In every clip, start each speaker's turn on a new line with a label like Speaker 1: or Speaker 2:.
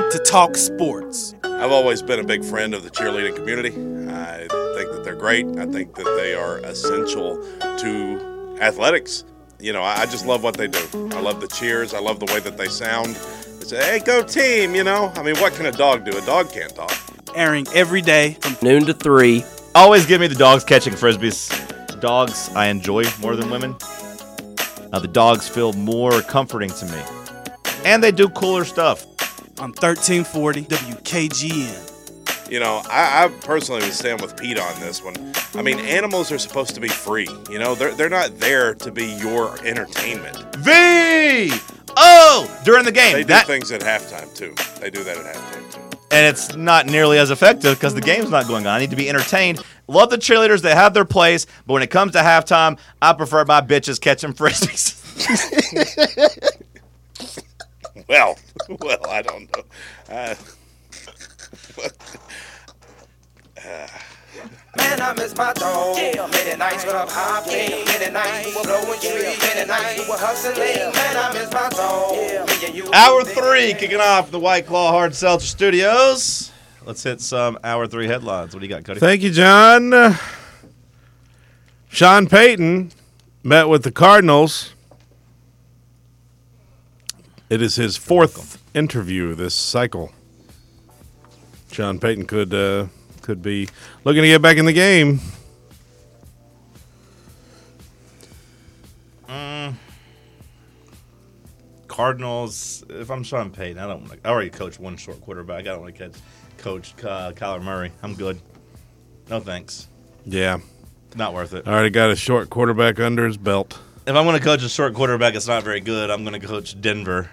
Speaker 1: to talk sports.
Speaker 2: I've always been a big friend of the cheerleading community. I think that they're great. I think that they are essential to athletics. You know, I I just love what they do. I love the cheers. I love the way that they sound. They say, hey, go team, you know? I mean, what can a dog do? A dog can't talk.
Speaker 1: Airing every day from
Speaker 3: Noon to three.
Speaker 4: Always give me the dogs catching frisbees. Dogs I enjoy more than women. Uh, the dogs feel more comforting to me. And they do cooler stuff.
Speaker 1: on 1340 WKGN.
Speaker 2: You know, I, I personally would stand with Pete on this one. I mean, animals are supposed to be free. You know, they're, they're not there to be your entertainment.
Speaker 4: V O during the game.
Speaker 2: They do
Speaker 4: That-
Speaker 2: things at halftime, too. They do that at halftime, too.
Speaker 4: and it's not nearly as effective because the game's not going on. I need to be entertained. Love the cheerleaders; they have their place. But when it comes to halftime, I prefer my bitches catching frisbees.
Speaker 2: Well, well, I don't know. Uh,
Speaker 5: Man, I miss my dog. Many nights when I'm hopping. Many nights we were blowing trees. Many nights we were hustling. Man, I miss my dog. Me and you.
Speaker 4: Hour three kicking off the White Claw Hard Seltzer Studios. Let's hit some hour three headlines. What do you got, Cody?
Speaker 6: Thank you, John. Sean Payton met with the Cardinals. It is his fourth interview this cycle. Sean Payton could uh, could be looking to get back in the game.
Speaker 4: Cardinals. If I'm Sean Payton, I don't. Wanna, I already coached one short quarterback. I don't want to catch coach uh, Kyler Murray. I'm good. No thanks.
Speaker 6: Yeah,
Speaker 4: Not worth it.
Speaker 6: already got a short quarterback under his belt.
Speaker 4: if I'm going to coach a short quarterback, it's not very good. I'm going to coach Denver.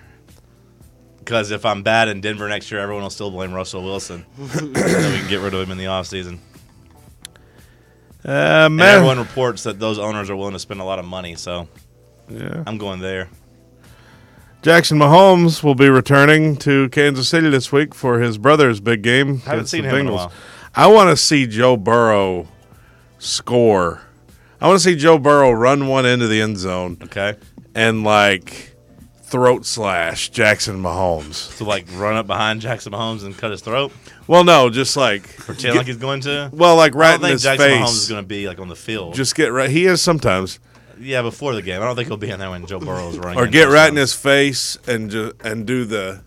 Speaker 4: Because if I'm bad in Denver next year, everyone will still blame Russell Wilson. so we can get rid of him in the offseason.
Speaker 6: Uh,
Speaker 4: And
Speaker 6: Mav-
Speaker 4: everyone reports that those owners are willing to spend a lot of money. So
Speaker 6: yeah.
Speaker 4: I'm going there.
Speaker 6: Jackson Mahomes will be returning to Kansas City this week for his brother's big game.
Speaker 4: Haven't
Speaker 6: against
Speaker 4: seen
Speaker 6: the
Speaker 4: him in a
Speaker 6: Bengals.
Speaker 4: while.
Speaker 6: I want to see Joe Burrow score. I want to see Joe Burrow run one into the end zone
Speaker 4: Okay.
Speaker 6: and like throat slash Jackson Mahomes.
Speaker 4: To like run up behind Jackson Mahomes and cut his throat.
Speaker 6: Well, no, just like
Speaker 4: Pretend like he's going to.
Speaker 6: well, like
Speaker 4: I
Speaker 6: right
Speaker 4: don't
Speaker 6: in
Speaker 4: think
Speaker 6: his
Speaker 4: Jackson
Speaker 6: face.
Speaker 4: Mahomes is going to be like on the field.
Speaker 6: just get right. He is sometimes,
Speaker 4: yeah, before the game. I don't think he'll be in there when Joe Burrow is running.
Speaker 6: or get right in
Speaker 4: touchdowns.
Speaker 6: his face and ju- and do the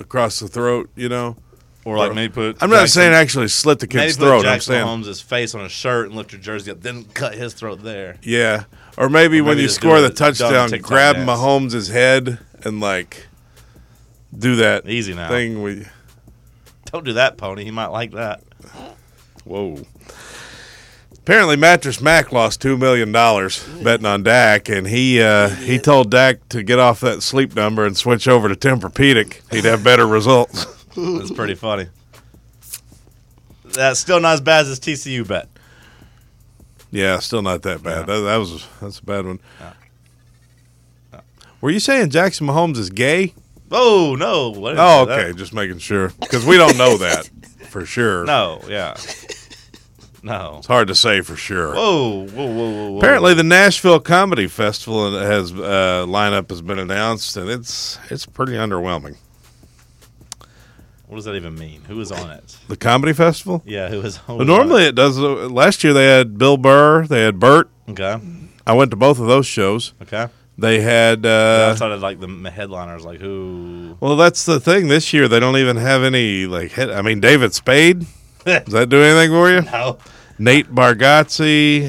Speaker 6: across the throat. You know,
Speaker 4: Or like maybe put.
Speaker 6: I'm not
Speaker 4: Jackson-
Speaker 6: saying actually slit the
Speaker 4: Maybe
Speaker 6: kid's
Speaker 4: put
Speaker 6: throat. I'm
Speaker 4: Jackson
Speaker 6: saying
Speaker 4: Mahomes' face on his shirt and lift your jersey up, then cut his throat there.
Speaker 6: Yeah. Or maybe, when
Speaker 4: maybe
Speaker 6: you
Speaker 4: just do
Speaker 6: score the
Speaker 4: the dumb
Speaker 6: touchdown,
Speaker 4: TikTok
Speaker 6: grab
Speaker 4: dance.
Speaker 6: Mahomes' head and like do that
Speaker 4: Easy now.
Speaker 6: thing we
Speaker 4: Don't do that, pony. He might like that.
Speaker 6: Whoa. Apparently Mattress Mac lost two million dollars betting on Dak and he uh, he told Dak to get off that sleep number and switch over to Tempur Pedic. He'd have better results.
Speaker 4: That's pretty funny. That's still not as bad as his TCU bet.
Speaker 6: Yeah, still not that bad. That, that was that's a bad one. Were you saying Jackson Mahomes is gay?
Speaker 4: Oh no! What is
Speaker 6: Oh,
Speaker 4: that?
Speaker 6: okay. Just making sure because we don't know that for sure.
Speaker 4: No, yeah, no.
Speaker 6: It's hard to say for sure.
Speaker 4: Whoa, whoa, whoa, whoa! whoa.
Speaker 6: Apparently, the Nashville Comedy Festival has uh, lineup has been announced, and it's it's pretty underwhelming.
Speaker 4: what does that even mean? Who is on it?
Speaker 6: The comedy festival.
Speaker 4: Yeah, who is on
Speaker 6: But normally, it does. uh, Last year, they had Bill Burr, they had Bert.
Speaker 4: Okay,
Speaker 6: I went to both of those shows.
Speaker 4: okay.
Speaker 6: They had.
Speaker 4: Uh,
Speaker 6: Uh,
Speaker 4: Outside of like the m- headliners, like who?
Speaker 6: well, that's the thing. This year, they don't even have any like. Hit. I mean, David Spade. Does that do anything for you?
Speaker 4: No,
Speaker 6: Nate
Speaker 4: I
Speaker 6: Bargatze,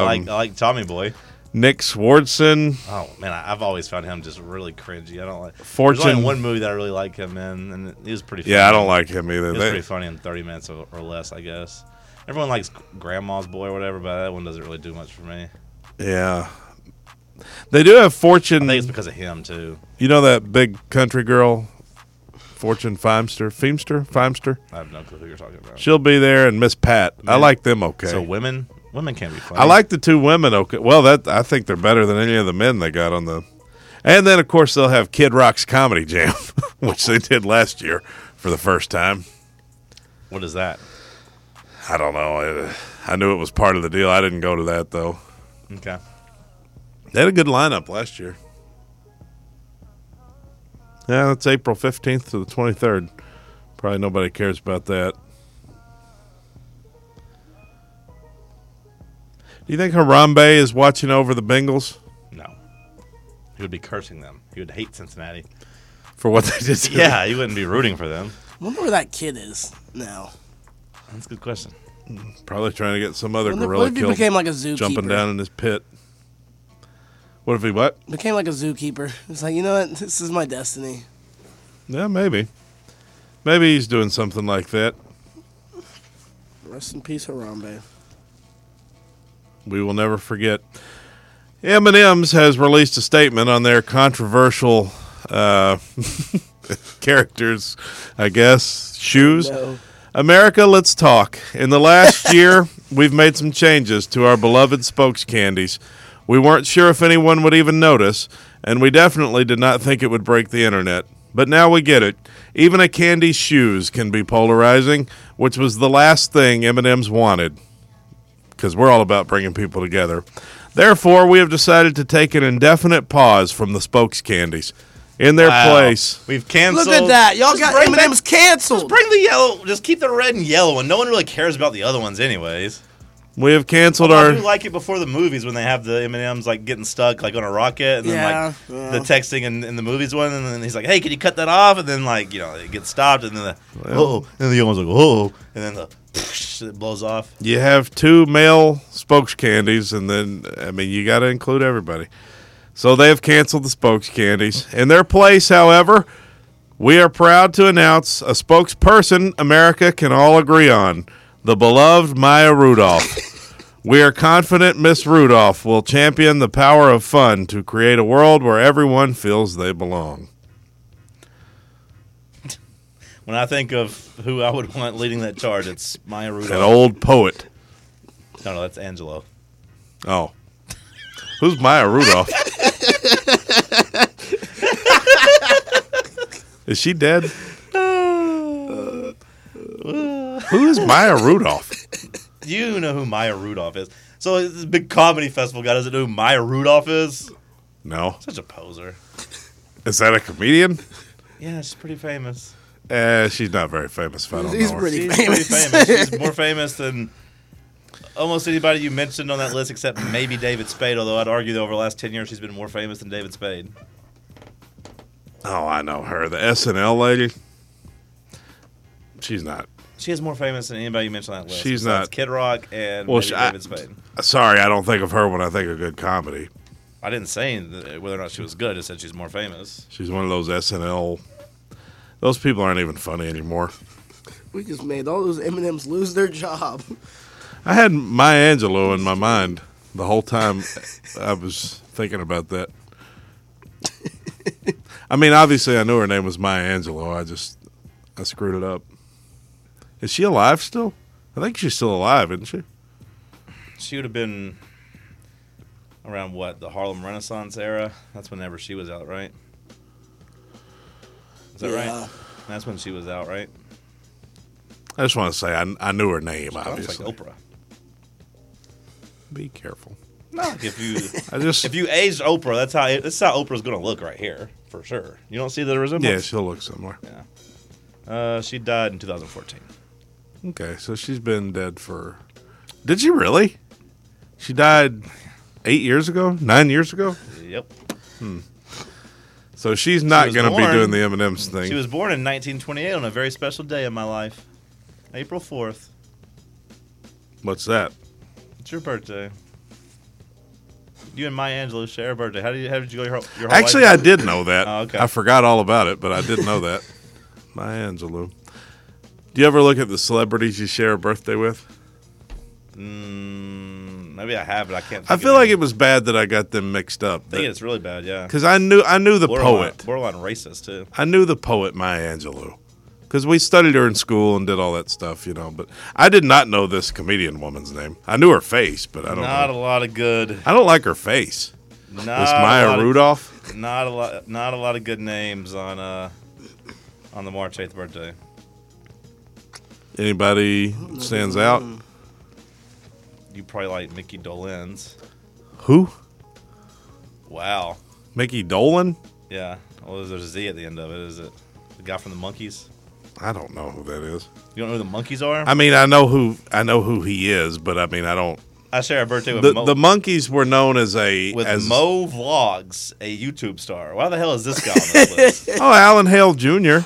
Speaker 6: um,
Speaker 4: like I like Tommy Boy.
Speaker 6: Nick Swardson.
Speaker 4: Oh man, I, I've always found him just really cringy. I don't like. There's
Speaker 6: Fortune-
Speaker 4: only one movie that I really like him in, and he was pretty. Funny.
Speaker 6: Yeah, I don't like him either.
Speaker 4: He was
Speaker 6: They-
Speaker 4: pretty funny in 30 minutes or, or less, I guess. Everyone likes Grandma's Boy or whatever, but that one doesn't really do much for me.
Speaker 6: Yeah. They do have
Speaker 4: I
Speaker 6: Fortune.
Speaker 4: think it's because of him too.
Speaker 6: You know that big country girl, Fortune Feimster? Feimster? Feimster?
Speaker 4: I have no clue who you're talking about.
Speaker 6: She'll be there and Miss Pat. I
Speaker 4: Man.
Speaker 6: like them okay.
Speaker 4: So women, women can be funny.
Speaker 6: I like the two women okay. Well, that I think they're better than any of the men they got on the. And then, of course, they'll have Kid Rock's Comedy Jam, which they did last year for the first time.
Speaker 4: What is that?
Speaker 6: I don't know. I, I knew it was part of the deal. I didn't go to that, though.
Speaker 4: Okay.
Speaker 6: They had a good lineup last year. Yeah, that's April 15th to the 23rd. Probably nobody cares about that. Do you think Harambe is watching over the Bengals
Speaker 4: No. He would be cursing them. He would hate Cincinnati.
Speaker 6: for what they did? To
Speaker 4: Yeah, he wouldn't be rooting for them.
Speaker 3: I wonder where that kid is now.
Speaker 4: That's a good question.
Speaker 6: them? Probably trying to get some other
Speaker 3: Wonder-
Speaker 6: gorilla
Speaker 3: what if he
Speaker 6: killed.
Speaker 3: became like a zookeeper?
Speaker 6: jumping down in his pit. What if he what?
Speaker 3: Became like a zookeeper. It's like, you know what? This is my destiny.
Speaker 6: Yeah, maybe. Maybe he's doing something like that.
Speaker 3: Rest in peace, Harambe.
Speaker 6: We will never forget. M&M's has released a statement on their controversial uh, characters, I guess, shoes.
Speaker 3: No.
Speaker 6: America, let's talk. In the last year, we've made some changes to our beloved spokes candies. We weren't sure if anyone would even notice, and we definitely did not think it would break the internet. But now we get it. Even a candy's shoes can be polarizing, which was the last thing M&M's wanted because we're all about bringing people together. Therefore, we have decided to take an indefinite pause from the spokes candies. In their
Speaker 4: Wow.
Speaker 6: place,
Speaker 4: We've canceled.
Speaker 3: Look at that. Y'all
Speaker 4: Just
Speaker 3: got
Speaker 4: bring
Speaker 3: M&M's canceled.
Speaker 4: Bring the yellow. Just keep the red and yellow, and no one really cares about the other ones, anyways.
Speaker 6: we have canceled
Speaker 4: I
Speaker 6: our.
Speaker 4: do like it before the movies when they have the M and M's like getting stuck like on a rocket, and
Speaker 3: Yeah,
Speaker 4: then like the texting in, in the movies one, and then he's like, "Hey, can you cut that off?" And then like you know it gets stopped, and then the oh, and then the other one's like oh, and then the it blows off.
Speaker 6: You have two male spokes candies, and then I mean you got to include everybody. So they have canceled the spokes candies. In their place, however, we are proud to announce a spokesperson America can all agree on: the beloved Maya Rudolph. We are confident Miss Rudolph will champion the power of fun to create a world where everyone feels they belong.
Speaker 4: When I think of who I would want leading that charge, it's Maya Rudolph.
Speaker 6: An old poet.
Speaker 4: No, no, that's Angelo.
Speaker 6: Oh. Who's Maya Rudolph? Is she dead? Who is Maya Rudolph?
Speaker 4: You know who Maya Rudolph is. So this big comedy festival guy doesn't know who Maya Rudolph is.
Speaker 6: No.
Speaker 4: Such a poser.
Speaker 6: Is that a comedian?
Speaker 4: Yeah, she's pretty famous.
Speaker 6: Uh, she's not very famous if I don't
Speaker 3: He's
Speaker 6: know her.
Speaker 3: pretty
Speaker 4: She's
Speaker 3: famous.
Speaker 4: pretty famous. She's more famous than almost anybody you mentioned on that list, except maybe David Spade. Although I'd argue that over the last ten years, she's been more famous than David Spade.
Speaker 6: Oh, I know her. The SNL lady. She's not.
Speaker 4: She is more famous than anybody you mentioned on that list.
Speaker 6: She's
Speaker 4: besides
Speaker 6: not.
Speaker 4: Kid Rock and
Speaker 6: Well,
Speaker 4: maybe
Speaker 6: she- I-
Speaker 4: David Spade.
Speaker 6: Sorry, I don't think of her when I think of good comedy.
Speaker 4: I didn't say th- whether or not she was good. I said she's more famous.
Speaker 6: She's one of those SNL. Those people aren't even funny anymore.
Speaker 3: We just made all those M&M's lose their job.
Speaker 6: I had Maya Angelou in my mind the whole time I was thinking about that. I mean, obviously, I knew her name was Maya Angelou. I just I screwed it up. Is she alive still? I think she's still alive, isn't she?
Speaker 4: She would have been around what the Harlem Renaissance era. That's whenever she was out, right? Is that
Speaker 3: Yeah.
Speaker 4: right? That's when she was out, right?
Speaker 6: I just want to say I, I knew her name.
Speaker 4: Almost
Speaker 6: Obviously,
Speaker 4: like Oprah.
Speaker 6: be careful.
Speaker 4: If you
Speaker 6: I just
Speaker 4: If you aged Oprah, that's how that's how Oprah's gonna look right here for sure. You don't see the
Speaker 6: yeah,
Speaker 4: resemblance.
Speaker 6: she'll look similar.
Speaker 4: Yeah. Uh, she died in 2014.
Speaker 6: Okay, so she's been dead for. Did she really? She died eight years ago, nine years ago.
Speaker 4: Yep.
Speaker 6: So she's not
Speaker 4: was
Speaker 6: going to be
Speaker 4: born-
Speaker 6: doing the M and M's thing.
Speaker 4: She was born in 1928 on a very special day in my life, April 4th.
Speaker 6: What's that?
Speaker 4: It's your birthday. You and Maya Angelou share a birthday. How did you how did you go your whole, your whole
Speaker 6: Actually, I
Speaker 4: life?
Speaker 6: did know that.
Speaker 4: Oh, okay.
Speaker 6: I forgot all about it, but I did know that. My Angelou. Do you ever look at the celebrities you share a birthday with?
Speaker 4: Mm, maybe I have, but I can't. Think
Speaker 6: I
Speaker 4: of
Speaker 6: feel like
Speaker 4: any.
Speaker 6: it was bad that I got them mixed up.
Speaker 4: I think it's really bad. Yeah.
Speaker 6: Because I knew I knew the
Speaker 4: Borderline-
Speaker 6: poet.
Speaker 4: Borderline racist too.
Speaker 6: I knew the poet Maya Angelou. Because we studied her in school and did all that stuff, you know. But I did not know this comedian woman's name. I knew her face, but I don't.
Speaker 4: Not
Speaker 6: know.
Speaker 4: a lot of good.
Speaker 6: I I don't like her face.
Speaker 4: Not
Speaker 6: This
Speaker 4: a lot
Speaker 6: Maya
Speaker 4: of-
Speaker 6: Rudolph.
Speaker 4: Not a lot. Not a lot of good names on uh on the March eighth birthday.
Speaker 6: Anybody stands out?
Speaker 4: You probably like Mickey Dolenz.
Speaker 6: Who?
Speaker 4: Wow.
Speaker 6: Mickey Dolan.
Speaker 4: Yeah. Well, there's a Z at the end of it. Is it the guy from the Monkeys?
Speaker 6: I don't know who that is.
Speaker 4: You don't know who the monkeys are?
Speaker 6: I mean, I know who I know who he is, but I mean, I don't.
Speaker 4: I share a birthday with
Speaker 6: The,
Speaker 4: Mo.
Speaker 6: the monkeys were known as a
Speaker 4: with
Speaker 6: as
Speaker 4: Mo Vlogs, a YouTube star. Why the hell is this guy on this list?
Speaker 6: oh Alan Hale Jr.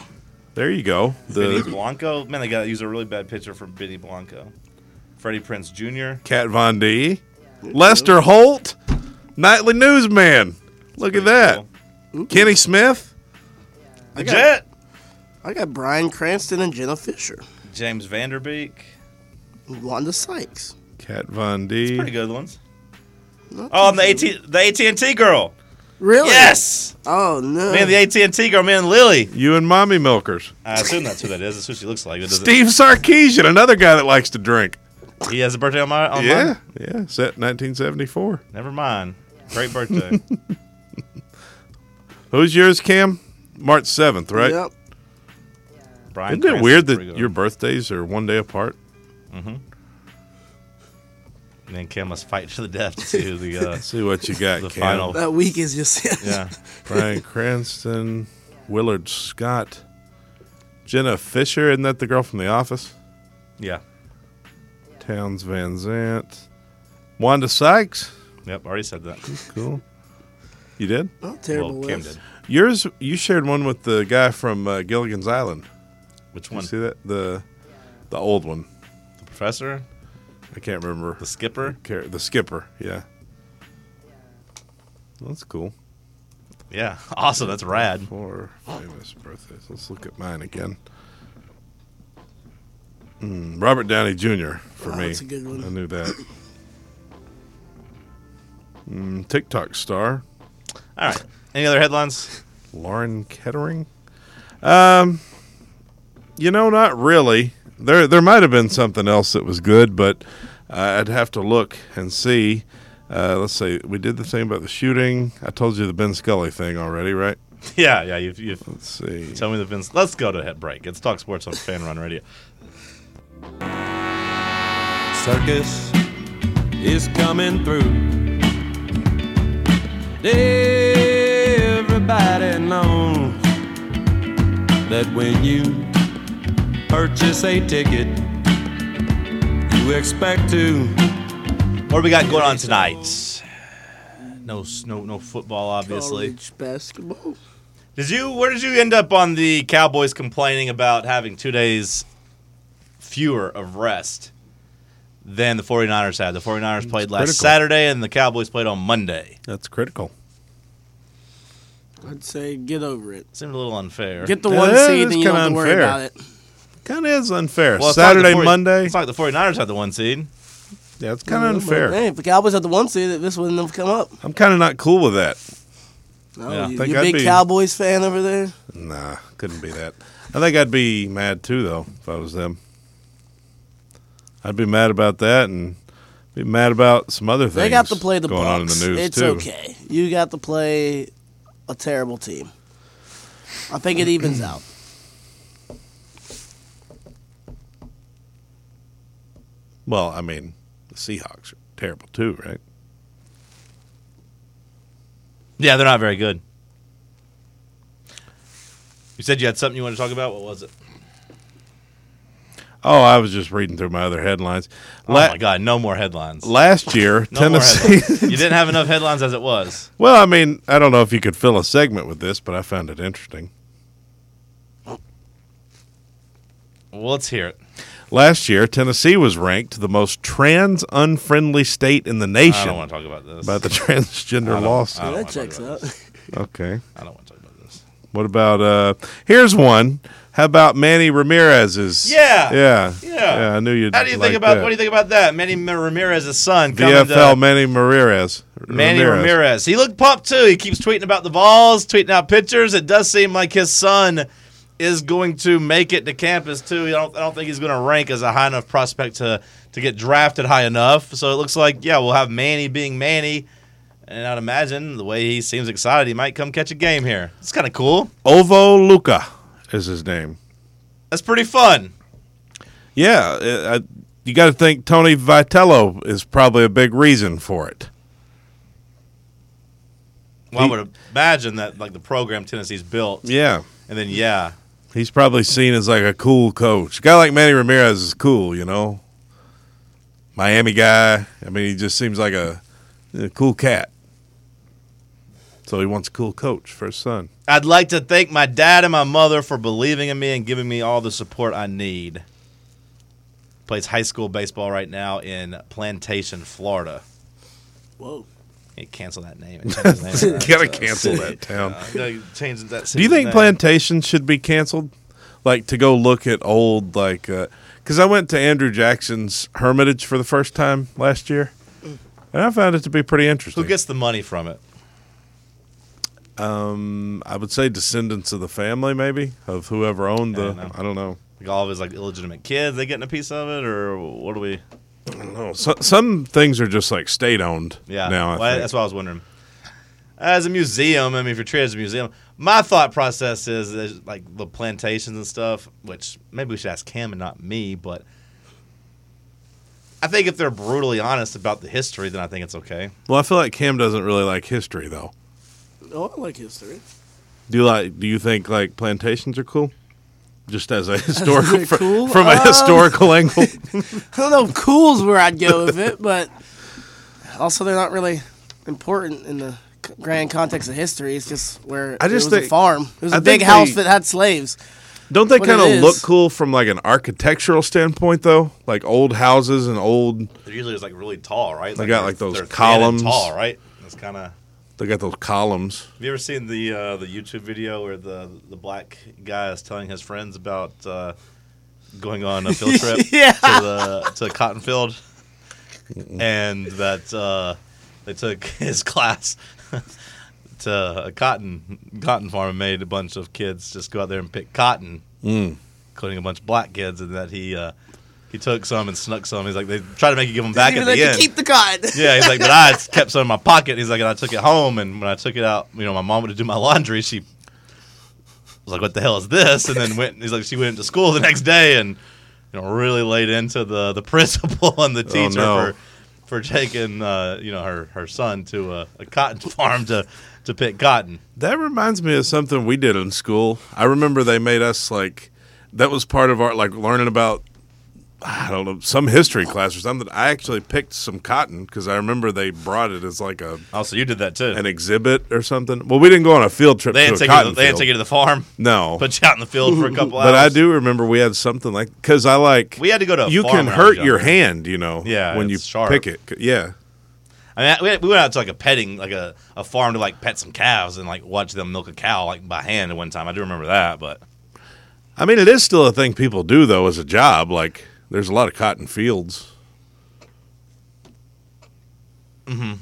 Speaker 6: There you go.
Speaker 4: Benny
Speaker 6: The
Speaker 4: Blanco. Man, they got to use a really bad picture from Benny Blanco. Freddie Prince Jr.
Speaker 6: Kat Von D, Lester Holt, nightly newsman. Look at that.
Speaker 4: Cool.
Speaker 6: Kenny Smith.
Speaker 4: The
Speaker 3: got-
Speaker 4: Jet.
Speaker 3: I got Brian Cranston and Jenna Fisher.
Speaker 4: James Vanderbeek.
Speaker 3: Wanda Sykes.
Speaker 6: Kat Von
Speaker 4: Pretty
Speaker 6: D.
Speaker 4: good ones.
Speaker 3: Not
Speaker 4: Oh,
Speaker 3: too
Speaker 4: I'm the
Speaker 3: sure.
Speaker 4: AT the AT and T girl.
Speaker 6: Oh,
Speaker 3: Really?
Speaker 4: Yes,
Speaker 3: Oh no.
Speaker 4: man,
Speaker 6: Uh.
Speaker 4: the AT and T girl, man, Lily.
Speaker 6: You and Mommy Milkers.
Speaker 4: I assume that's who that is. That's who she looks like. That doesn't-
Speaker 6: Steve Sarkeesian, another guy that likes to drink.
Speaker 4: He has a birthday on Oh, my. On
Speaker 6: yeah,
Speaker 4: mine?
Speaker 6: yeah. Set 1974.
Speaker 4: Never mind. Great birthday.
Speaker 6: Who's yours, Cam? March 7th, right?
Speaker 3: Yep.
Speaker 4: Brian.
Speaker 6: Isn't it
Speaker 4: Cranston's
Speaker 6: weird
Speaker 4: pretty
Speaker 6: that
Speaker 4: good.
Speaker 6: your birthdays are one day apart?
Speaker 4: And then Cam must fight to the death to the. Uh,
Speaker 6: see what you got,
Speaker 4: The
Speaker 6: Cam.
Speaker 4: final.
Speaker 3: That week is just
Speaker 4: yeah.
Speaker 6: Brian Cranston, Willard Scott, Jenna Fisher. Isn't that the girl from The Office?
Speaker 4: Yeah.
Speaker 6: Towns Van Zant, Wanda Sykes.
Speaker 4: Yep. Already said that.
Speaker 6: Cool. You did?
Speaker 3: not terrible.
Speaker 4: well, Cam
Speaker 3: list.
Speaker 4: did.
Speaker 6: Yours, you shared one with the guy from uh, Gilligan's Island.
Speaker 4: Which
Speaker 6: You
Speaker 4: one?
Speaker 6: see that? The the old one.
Speaker 4: The professor?
Speaker 6: I can't remember.
Speaker 4: The skipper?
Speaker 6: Car- the skipper, yeah. That's cool.
Speaker 4: Yeah. Awesome. That's rad.
Speaker 6: Four famous birthdays. Let's look at mine again. Mm, Robert Downey Jr. for
Speaker 3: Wow,
Speaker 6: me.
Speaker 3: Oh, that's a good one.
Speaker 6: I knew that. Mm, TikTok star
Speaker 4: All right. Any other headlines?
Speaker 6: Lauren Kettering. Um, you know, not really. There, there might have been something else that was good, but uh, I'd have to look and see. Uh, let's see. We did the thing about the shooting. I told you the Ben Scully thing already, right?
Speaker 4: yeah. Yeah. You've, you've
Speaker 6: Let's see.
Speaker 4: tell me the Vince. Let's go to head break. It's Talk Sports on Fan Run Radio.
Speaker 7: circus is coming through. Everybody knows that when you purchase a ticket, you expect to.
Speaker 4: What do we got going on tonight? No, s- no, no football, obviously.
Speaker 3: College basketball.
Speaker 4: Did you? Where did you end up on the Cowboys complaining about having two days fewer of rest than the 49ers had? The 49ers played last
Speaker 6: critical.
Speaker 4: Saturday, and the Cowboys played on Monday.
Speaker 6: That's critical.
Speaker 3: I'd say get over it.
Speaker 4: Seemed a little unfair.
Speaker 3: Get the
Speaker 6: Yeah,
Speaker 3: one
Speaker 6: that
Speaker 3: seed
Speaker 6: is
Speaker 3: and you don't
Speaker 6: kinda
Speaker 3: have to worry
Speaker 6: unfair.
Speaker 3: about it.
Speaker 6: Kind of is unfair.
Speaker 4: Well, it's not like the
Speaker 6: Saturday,
Speaker 4: 40
Speaker 6: Monday.
Speaker 4: It's like the 49ers had the one seed.
Speaker 6: yeah, it's kind of
Speaker 3: But,
Speaker 6: unfair.
Speaker 3: Hey, if the Cowboys had the one seed, this wouldn't have come up.
Speaker 6: I'm kind of not cool with that.
Speaker 3: No,
Speaker 4: Yeah.
Speaker 3: you,
Speaker 6: Think
Speaker 3: you
Speaker 6: I'd
Speaker 3: big
Speaker 6: be-
Speaker 3: Cowboys fan over there.
Speaker 6: Nah, couldn't be that. I think I'd be mad too, though, if I was them. I'd be mad about that and be mad about some other things.
Speaker 3: They got to play the
Speaker 6: going on in
Speaker 3: Bucks.
Speaker 6: the news
Speaker 3: it's
Speaker 6: too.
Speaker 3: okay. You got to play a terrible team. I think it evens out.
Speaker 6: Well, I mean, the Seahawks are terrible too, right?
Speaker 4: Yeah, they're not very good. You said you had something you wanted to talk about. What was it?
Speaker 6: Oh, I was just reading through my other headlines.
Speaker 4: oh my God, no more headlines.
Speaker 6: Last year,
Speaker 4: no More
Speaker 6: Tennessee.
Speaker 4: headlines. you didn't have enough headlines as it was.
Speaker 6: well, I mean, I don't know if you could fill a segment with this, but I found it interesting.
Speaker 4: Well, let's hear it.
Speaker 6: Last year, Tennessee was ranked the most trans unfriendly state in the
Speaker 4: I
Speaker 6: nation
Speaker 4: don't want to talk about this.
Speaker 6: about the transgender lawsuit.
Speaker 4: I don't
Speaker 3: That
Speaker 4: wanna
Speaker 3: checks
Speaker 4: talk about
Speaker 3: out.
Speaker 6: Okay.
Speaker 4: I don't want to talk about this.
Speaker 6: What about uh here's one. How about Manny Ramirez's?
Speaker 4: Yeah.
Speaker 6: Yeah.
Speaker 4: Yeah.
Speaker 6: I knew you'd
Speaker 4: How do you
Speaker 6: like
Speaker 4: think about
Speaker 6: that.
Speaker 4: what do you think about that? Manny Ma- Ramirez's son coming
Speaker 6: VFL
Speaker 4: to
Speaker 6: Manny Ramirez.
Speaker 4: uh, Manny Ramirez. He looked pumped too. He keeps tweeting about the balls, tweeting out pictures. It does seem like his son is going to make it to campus too. I don't, I don't think he's going to rank as a high enough prospect to to get drafted high enough. So it looks like yeah, we'll have Manny being Manny. And I'd imagine the way he seems excited, he might come catch a game here. It's kind of cool.
Speaker 6: Ovo Luca is his name.
Speaker 4: That's pretty fun.
Speaker 6: Yeah, uh, I, you got to think Tony Vitello is probably a big reason for it.
Speaker 4: Well,
Speaker 6: He-
Speaker 4: I would imagine that like the program Tennessee's built,
Speaker 6: Yeah.
Speaker 4: and then yeah,
Speaker 6: He's probably seen as like a cool coach. A guy like Manny Ramirez is cool, you know. Miami guy. I mean, he just seems like a, a cool cat. So he wants a cool coach for his son.
Speaker 4: I'd like to thank my dad and my mother for believing in me and giving me all the support I need. Plays high school baseball right now in Plantation, Florida.
Speaker 3: Whoa.
Speaker 4: You cancel that name. And change his name
Speaker 6: You gotta cancel that town.
Speaker 4: Uh, no, change that
Speaker 6: Do you
Speaker 4: city's
Speaker 6: think
Speaker 4: name.
Speaker 6: plantations should be canceled? Like to go look at old like uh, because I went to Andrew Jackson's Hermitage for the first time last year, and I found it to be pretty interesting.
Speaker 4: Who gets the money from it?
Speaker 6: I would say descendants of the family, maybe of whoever owned the.
Speaker 4: don't know.
Speaker 6: I don't know.
Speaker 4: Like all of his like illegitimate kids, they getting a piece of it, or what do we?
Speaker 6: I don't know. So, some things are just like state owned.
Speaker 4: Yeah,
Speaker 6: Now I
Speaker 4: Well,
Speaker 6: think.
Speaker 4: that's what I was wondering. As a museum, I mean, if you're treated as a museum, my thought process is, is like the plantations and stuff, which maybe we should ask him and not me, but I think if they're brutally honest about the history, then I think it's okay.
Speaker 6: well, I feel like Cam doesn't really like history though.
Speaker 3: Oh, I like history.
Speaker 6: Do you like? Do you think like plantations are cool? Just as a historical, fr-
Speaker 3: cool?
Speaker 6: from a
Speaker 4: Uh,
Speaker 3: Um,
Speaker 6: historical angle.
Speaker 3: I don't know if cool's where I'd go with it, but also they're not really important in the c- grand context of history. It's just where
Speaker 6: I just
Speaker 3: it was a
Speaker 6: think-
Speaker 3: farm. It was a
Speaker 6: I
Speaker 3: big
Speaker 6: think
Speaker 3: house
Speaker 6: they-
Speaker 3: that had slaves.
Speaker 6: Don't they
Speaker 3: what it
Speaker 6: kind of
Speaker 3: is.
Speaker 6: look cool from like an architectural standpoint though? Like old houses and old
Speaker 4: They're usually just like really tall, right? They
Speaker 6: got, like, those
Speaker 4: thin and
Speaker 6: columns.
Speaker 4: tall, right? It's kind of.
Speaker 6: they got those columns.
Speaker 4: Have you ever seen the uh, the YouTube video where the the black guy is telling his friends about uh, going on a field trip
Speaker 3: Yeah.
Speaker 4: to the to Cottonfield, and that uh, they took his class to a cotton cotton farm and made a bunch of kids just go out there and pick cotton, including a bunch of black kids, and that he uh, he took some and snuck some. He's like they tried to make you give them back
Speaker 3: Even
Speaker 4: at
Speaker 3: though
Speaker 4: the
Speaker 3: you
Speaker 4: end.
Speaker 3: keep the cotton.
Speaker 4: Yeah, he's like, but I kept some in my pocket. He's like, and I took it home, and when I took it out, you know, my mom would do my laundry. She was like, "What the hell is this?" And then went. He's like, she went to school the next day, and you know, really laid into the the principal and the teacher
Speaker 6: Oh, no.
Speaker 4: for for taking uh, you know her her son to a, a cotton farm to to pick cotton.
Speaker 6: That reminds me of something we did in school. I remember they made us like that was part of our like learning about I don't know some history class or something. I actually picked some cotton because I remember they brought it as like a
Speaker 4: Oh, so you did that too.
Speaker 6: an exhibit or something. Well, we didn't go on a field trip
Speaker 4: they
Speaker 6: to
Speaker 4: had
Speaker 6: a
Speaker 4: taken
Speaker 6: cotton
Speaker 4: you, they had
Speaker 6: field.
Speaker 4: taken you to the farm,
Speaker 6: no,
Speaker 4: put you out in the field for a couple hours.
Speaker 6: But I do remember we had something like because I like
Speaker 4: We had to go to a
Speaker 6: you
Speaker 4: farm
Speaker 6: can
Speaker 4: when I was
Speaker 6: hurt your
Speaker 4: younger.
Speaker 6: hand, you know.
Speaker 4: Yeah,
Speaker 6: when you
Speaker 4: it's sharp.
Speaker 6: pick it, C- yeah.
Speaker 4: I mean, we, we went out to like a petting, like a, a farm to like pet some cows and like watch them milk a cow like by hand at one time. I do remember that, but
Speaker 6: I mean, it is still a thing people do though as a job. Like there's a lot of cotton fields. Mm-hmm.
Speaker 4: Mm-hmm.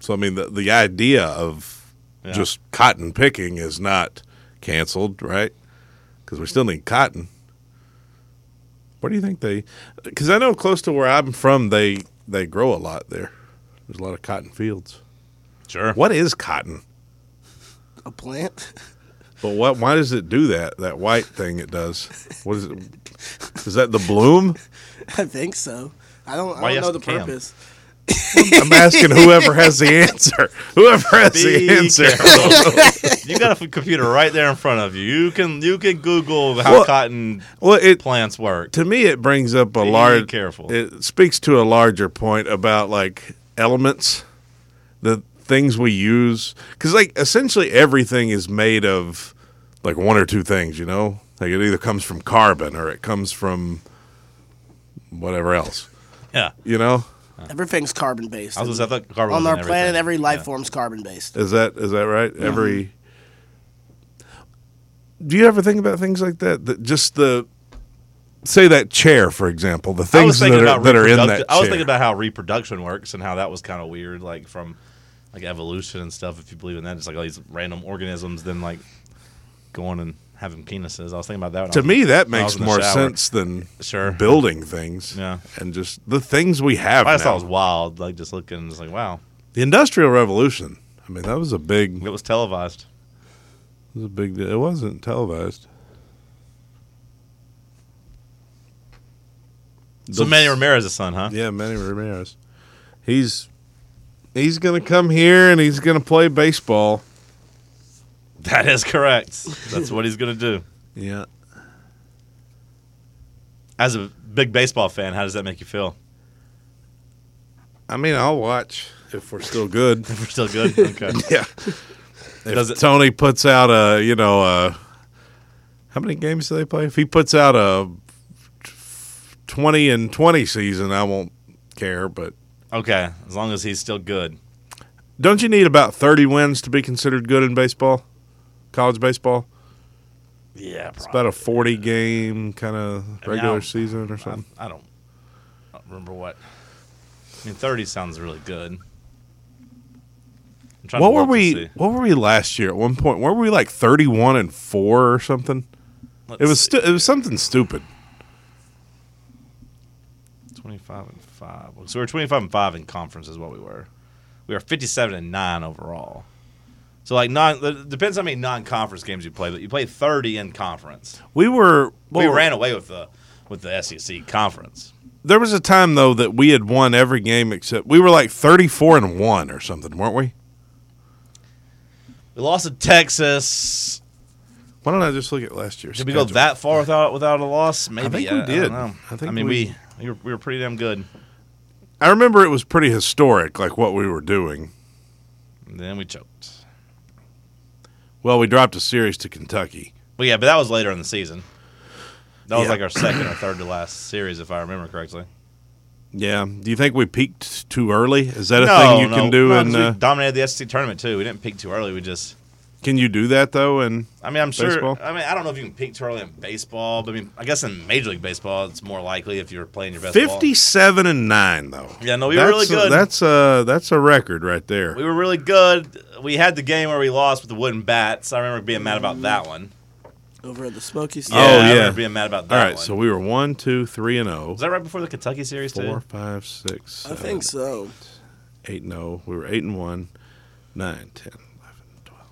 Speaker 6: So I mean, the the idea of
Speaker 4: Yeah.
Speaker 6: just cotton picking is not canceled, right? Because we still need cotton. What do you think they? Because I know close to where I'm from, they they grow a lot there. There's a lot of cotton fields.
Speaker 4: sure.
Speaker 6: What is cotton?
Speaker 3: A plant.
Speaker 6: But what? Why does it do that? That white thing it does. What is it? Is that the bloom?
Speaker 3: I think so. I don't,
Speaker 4: Why
Speaker 3: I
Speaker 4: you
Speaker 3: don't know the
Speaker 4: asking Cam?
Speaker 3: purpose.
Speaker 6: I'm asking whoever has the answer. Whoever has
Speaker 4: Be
Speaker 6: the answer.
Speaker 4: careful. you got a f- computer right there in front of you. You can you can Google how
Speaker 6: Well-
Speaker 4: cotton
Speaker 6: Well, it
Speaker 4: plants work.
Speaker 6: to me it brings up a
Speaker 4: Be
Speaker 6: large.
Speaker 4: careful.
Speaker 6: It speaks to a larger point about like elements, the things we use, because like essentially everything is made of like one or two things. You know, like it either comes from carbon or it comes from whatever else.
Speaker 4: Yeah,
Speaker 6: You know.
Speaker 3: Everything's carbon based.
Speaker 4: I was just, I thought carbon
Speaker 3: On
Speaker 4: was
Speaker 3: our
Speaker 4: in
Speaker 3: planet,
Speaker 4: everything.
Speaker 3: every life form's carbon based.
Speaker 6: Is that is that
Speaker 4: Mm-hmm.
Speaker 6: right? Every. Do you ever think about things like that? That just the, say that chair for example, the
Speaker 4: I was
Speaker 6: things that
Speaker 4: thinking
Speaker 6: are,
Speaker 4: about
Speaker 6: that are in that.
Speaker 4: reproductive- I was
Speaker 6: chair.
Speaker 4: thinking about how reproduction works and how that was kind of weird, like from like evolution and stuff. If you believe in that, it's like all these random organisms then like going and having penises. I was thinking about that. when I
Speaker 6: To
Speaker 4: was-
Speaker 6: me, that
Speaker 4: when I was
Speaker 6: makes
Speaker 4: in the
Speaker 6: more
Speaker 4: shower.
Speaker 6: sense than
Speaker 4: Sure.
Speaker 6: building things.
Speaker 4: Yeah.
Speaker 6: and just the things we have.
Speaker 4: I just
Speaker 6: now.
Speaker 4: thought it was wild, like just looking, just like wow,
Speaker 6: the Industrial Revolution. I mean, that was a big.
Speaker 4: it was televised.
Speaker 6: It was a big deal. It wasn't televised.
Speaker 4: So Manny Ramirez's son, huh?
Speaker 6: Yeah, Manny Ramirez. He's he's gonna come here and he's gonna play baseball.
Speaker 4: That is correct. That's what he's gonna do.
Speaker 6: Yeah.
Speaker 4: As a big baseball fan, how does that make you feel?
Speaker 6: I mean, I'll watch if we're still good.
Speaker 4: We're still good. Okay.
Speaker 6: yeah. If
Speaker 4: Does it-
Speaker 6: Tony puts out a, you know, a, how many games do they play? If he puts out a 20 and 20 season, I won't care, but
Speaker 4: Okay. As long as he's still good.
Speaker 6: don't you need about 30 wins to be considered good in baseball? College baseball?
Speaker 4: Yeah.
Speaker 6: It's about a 40 game kind of
Speaker 4: I
Speaker 6: regular
Speaker 4: don't-
Speaker 6: season or
Speaker 4: I,
Speaker 6: something.
Speaker 4: Um, I don't, I don't remember what. I mean, thirty sounds really good. I'm trying
Speaker 6: What
Speaker 4: to
Speaker 6: were
Speaker 4: look to
Speaker 6: we
Speaker 4: see.
Speaker 6: what were we last year at one point? Were we like 31 and 4 or something?
Speaker 4: Let's
Speaker 6: It was
Speaker 4: see.
Speaker 6: stu- it was something stupid.
Speaker 4: twenty-five and five. So we were twenty-five and five in conference, is what we were. We were fifty-seven and nine overall. So like non it depends how many non-conference games you play, but you play thirty in conference.
Speaker 6: We were
Speaker 4: we ran away with the with the SEC conference.
Speaker 6: There was a time though that we had won every game except we were like thirty four and one or something, weren't we?
Speaker 4: We lost to Texas.
Speaker 6: Why don't I just look at last year's?
Speaker 4: Did we go
Speaker 6: schedule?
Speaker 4: that far without without a loss? Maybe uh,
Speaker 6: think we
Speaker 4: I- I don't
Speaker 6: did.
Speaker 4: know.
Speaker 6: I think
Speaker 4: mean
Speaker 6: we-
Speaker 4: we we were, we were pretty damn good.
Speaker 6: I remember it was pretty historic, like what we were doing.
Speaker 4: And then we choked.
Speaker 6: Well, we dropped a series to Kentucky.
Speaker 4: Well, yeah, but that was later in the season. That was
Speaker 6: Yeah.
Speaker 4: like our second or third to last series, if I remember correctly.
Speaker 6: Yeah. Do you think we peaked too early? Is that a
Speaker 4: no,
Speaker 6: thing you
Speaker 4: no,
Speaker 6: can do?
Speaker 4: no, 'cause
Speaker 6: in,
Speaker 4: we
Speaker 6: uh,
Speaker 4: dominated the SEC tournament too. We didn't peak too early. We just,
Speaker 6: can you do that though? And
Speaker 4: I mean, I'm sure.
Speaker 6: Baseball?
Speaker 4: I mean, I don't know if you can peak too early in baseball, but I mean, I guess in Major League Baseball, it's more likely if you're playing your best. ball.
Speaker 6: fifty seven and nine though.
Speaker 4: Yeah, no, we were
Speaker 6: that's
Speaker 4: really good.
Speaker 6: A, that's a that's a record right there.
Speaker 4: We were really good. We had the game where we lost with the wooden bats. I remember being mad about that one.
Speaker 3: Over at the Smokies.
Speaker 4: Yeah, I
Speaker 6: Oh, yeah.
Speaker 4: remember being mad about that
Speaker 6: All right,
Speaker 4: one.
Speaker 6: so we were one, two, three, and oh.
Speaker 4: was that right before the Kentucky series
Speaker 6: Four,
Speaker 4: too?
Speaker 6: five, six.
Speaker 3: I
Speaker 6: seven,
Speaker 3: think so.
Speaker 6: eight and oh. We were eight and one, nine, 10, 11, 12,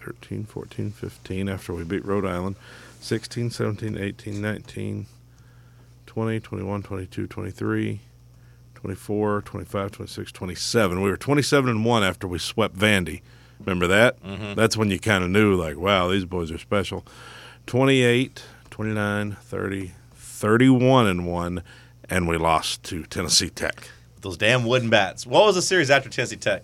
Speaker 6: 13, 14, 15 after we beat Rhode Island, 16, 17, 18, 19, 20, 21, 22, 23, 24, 25, 26, 27. We were 27 and 1 after we swept Vandy. Remember that? That's when you kind of knew, like, wow, these boys are special. 28, 29, 30, 31 and 1, and we lost to Tennessee Tech.
Speaker 4: Those damn wooden bats. What was the series after Tennessee Tech?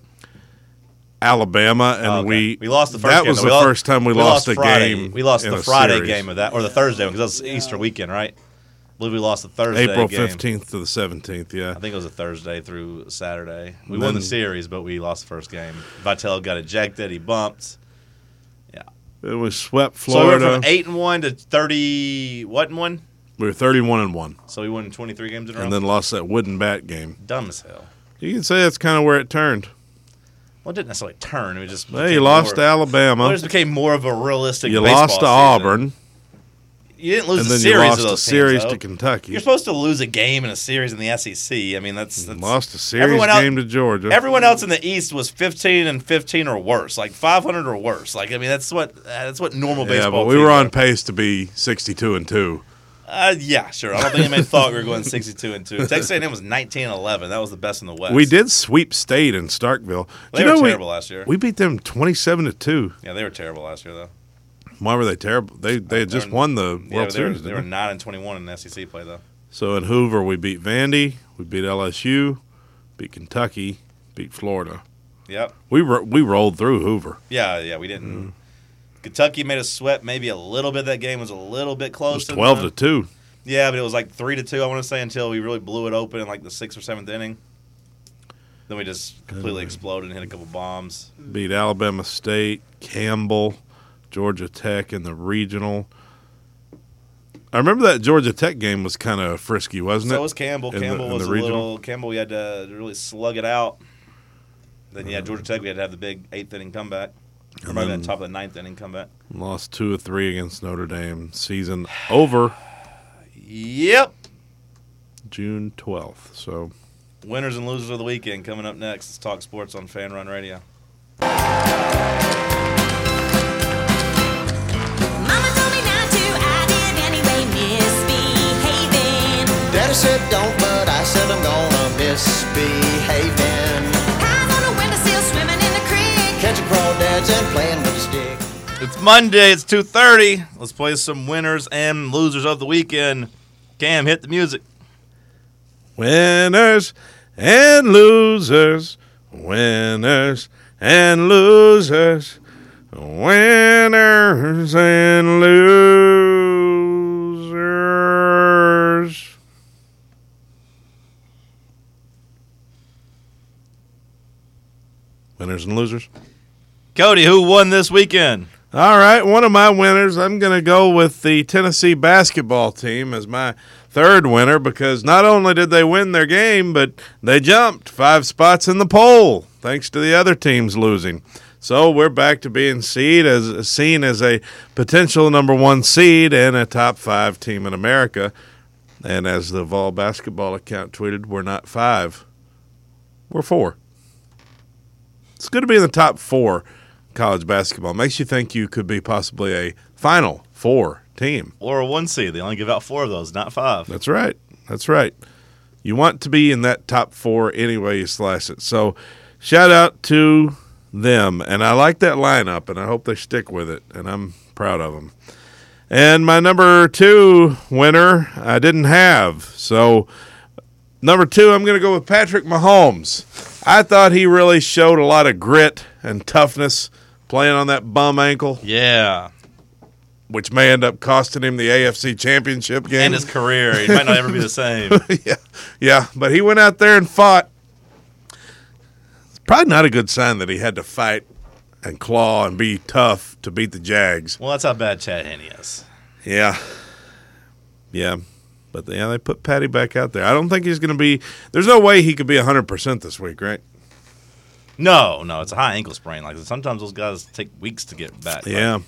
Speaker 6: Alabama, and
Speaker 4: Oh, okay.
Speaker 6: Uh, we
Speaker 4: we lost the first
Speaker 6: That
Speaker 4: game,
Speaker 6: was
Speaker 4: though.
Speaker 6: the
Speaker 4: We lost-
Speaker 6: first time we,
Speaker 4: we
Speaker 6: lost, a
Speaker 4: Friday.
Speaker 6: game.
Speaker 4: We lost
Speaker 6: in
Speaker 4: the
Speaker 6: a
Speaker 4: Friday
Speaker 6: series.
Speaker 4: game of that or the Thursday one because that was Easter weekend, right? I believe we lost the Thursday.
Speaker 6: April
Speaker 4: game.
Speaker 6: fifteenth to the seventeenth. Yeah,
Speaker 4: I think it was a Thursday through Saturday. We
Speaker 6: And
Speaker 4: won the
Speaker 6: then-
Speaker 4: series, but we lost the first game. Vitello got ejected. He bumped.
Speaker 6: it was swept
Speaker 4: So we
Speaker 6: Florida.
Speaker 4: went from eight and one to thirty what and one.
Speaker 6: we were thirty-one and one,
Speaker 4: So we won twenty three games in a row.
Speaker 6: and then lost that wooden bat game.
Speaker 4: Dumb as hell.
Speaker 6: You can say that's kind of where it turned.
Speaker 4: Well, it didn't necessarily turn. It just
Speaker 6: Well,
Speaker 4: became
Speaker 6: you lost to
Speaker 4: more, Well, it
Speaker 6: Alabama.
Speaker 4: just became more of a realistic.
Speaker 6: You
Speaker 4: baseball
Speaker 6: lost to
Speaker 4: season.
Speaker 6: Auburn,
Speaker 4: You didn't lose
Speaker 6: and
Speaker 4: the
Speaker 6: then
Speaker 4: series.
Speaker 6: you
Speaker 4: of
Speaker 6: lost a
Speaker 4: those
Speaker 6: series
Speaker 4: teams,
Speaker 6: to
Speaker 4: though.
Speaker 6: Kentucky.
Speaker 4: You're supposed to lose a game in a series in the SEC. I mean, that's, that's
Speaker 6: Lost a series
Speaker 4: everyone out-
Speaker 6: game to Georgia.
Speaker 4: Everyone else in the East was 15 and 15 or worse, like 500 or worse. Like I mean, that's what that's what normal
Speaker 6: yeah,
Speaker 4: baseball.
Speaker 6: but we
Speaker 4: teams
Speaker 6: were
Speaker 4: are.
Speaker 6: on pace to be sixty-two and two.
Speaker 4: Uh, yeah, sure. I don't think anybody thought we were going 62 and two. Texas A&M was 19 and 11. That was the best in the West.
Speaker 6: We did sweep state in Starkville.
Speaker 4: They
Speaker 6: you know
Speaker 4: were
Speaker 6: we-
Speaker 4: terrible last year.
Speaker 6: We beat them twenty-seven to two.
Speaker 4: yeah, they were terrible last year though.
Speaker 6: Why were they terrible? They they had just
Speaker 4: They're-
Speaker 6: won the World
Speaker 4: Yeah, but they were,
Speaker 6: Series.
Speaker 4: they
Speaker 6: didn't
Speaker 4: were
Speaker 6: they?
Speaker 4: nine and 21 in SEC play though.
Speaker 6: So in Hoover, we beat Vandy, we beat LSU, beat Kentucky, beat Florida.
Speaker 4: Yep.
Speaker 6: We ro- we rolled through Hoover.
Speaker 4: Yeah, yeah, we didn't.
Speaker 6: Mm-hmm.
Speaker 4: Kentucky made us sweat maybe a little bit. That game was a little bit
Speaker 6: It
Speaker 4: close.
Speaker 6: was twelve to two.
Speaker 4: Yeah, but it was like three to two. I want to say until we really blew it open in like the sixth or seventh inning. Then we just completely exploded and hit a couple bombs.
Speaker 6: Beat Alabama State, Campbell, Georgia Tech in the regional. I remember that Georgia Tech game was kind of frisky, wasn't it?
Speaker 4: So was Campbell.
Speaker 6: In the-
Speaker 4: Campbell
Speaker 6: in
Speaker 4: was
Speaker 6: the
Speaker 4: a
Speaker 6: regional?
Speaker 4: little. Campbell, we had to really slug it out. Then yeah, Georgia Tech, we had to have the big eighth inning comeback. Or maybe the top of the ninth inning comeback.
Speaker 6: Lost two or three against Notre Dame. Season over
Speaker 4: Yep.
Speaker 6: June twelfth. So
Speaker 4: Winners and losers of the weekend coming up next. Let's talk sports on Fan Run Radio.
Speaker 8: Mama told me not to, I did anyway, misbehaving.
Speaker 9: Daddy said don't, but I said I'm gonna misbehave then.
Speaker 8: Eyes on the window, still swimming in the creek.
Speaker 9: Catching crawdads and playing with a stick.
Speaker 4: Who It's Monday. It's two thirty. Let's play some winners and losers of the weekend. Cam, hit the music.
Speaker 2: Winners and losers, winners and losers, winners and losers. Winners and losers.
Speaker 4: Cody, who won this weekend?
Speaker 2: All right, one of my winners, I'm going to go with the Tennessee basketball team as my third winner because not only did they win their game, but they jumped five spots in the poll thanks to the other teams losing. So we're back to being seed as seen as a potential number one seed and a top five team in America. And as the Vol basketball account tweeted, we're not five, we're four. It's good to be in the top four college basketball. Makes you think you could be possibly a final four team.
Speaker 4: Or a one seed? They only give out four of those, not five.
Speaker 2: That's right. That's right. You want to be in that top four anyway you slice it. So shout out to them. And I like that lineup and I hope they stick with it. And I'm proud of them. And my number two winner, I didn't have. So number two, I'm going to go with Patrick Mahomes. I thought he really showed a lot of grit and toughness playing on that bum ankle,
Speaker 4: Yeah,
Speaker 2: which may end up costing him the AFC championship game.
Speaker 4: and his career, he might not ever be the same.
Speaker 2: yeah, yeah. But he went out there and fought. It's probably not a good sign that he had to fight and claw and be tough to beat the Jags.
Speaker 4: Well, that's how bad Chad Henne is.
Speaker 2: Yeah, yeah. But yeah, they put Patty back out there. I don't think he's going to be. There's no way he could be 100 percent this week, right?
Speaker 4: No, no, it's a high ankle sprain. Like sometimes those guys take weeks to get back.
Speaker 2: Yeah,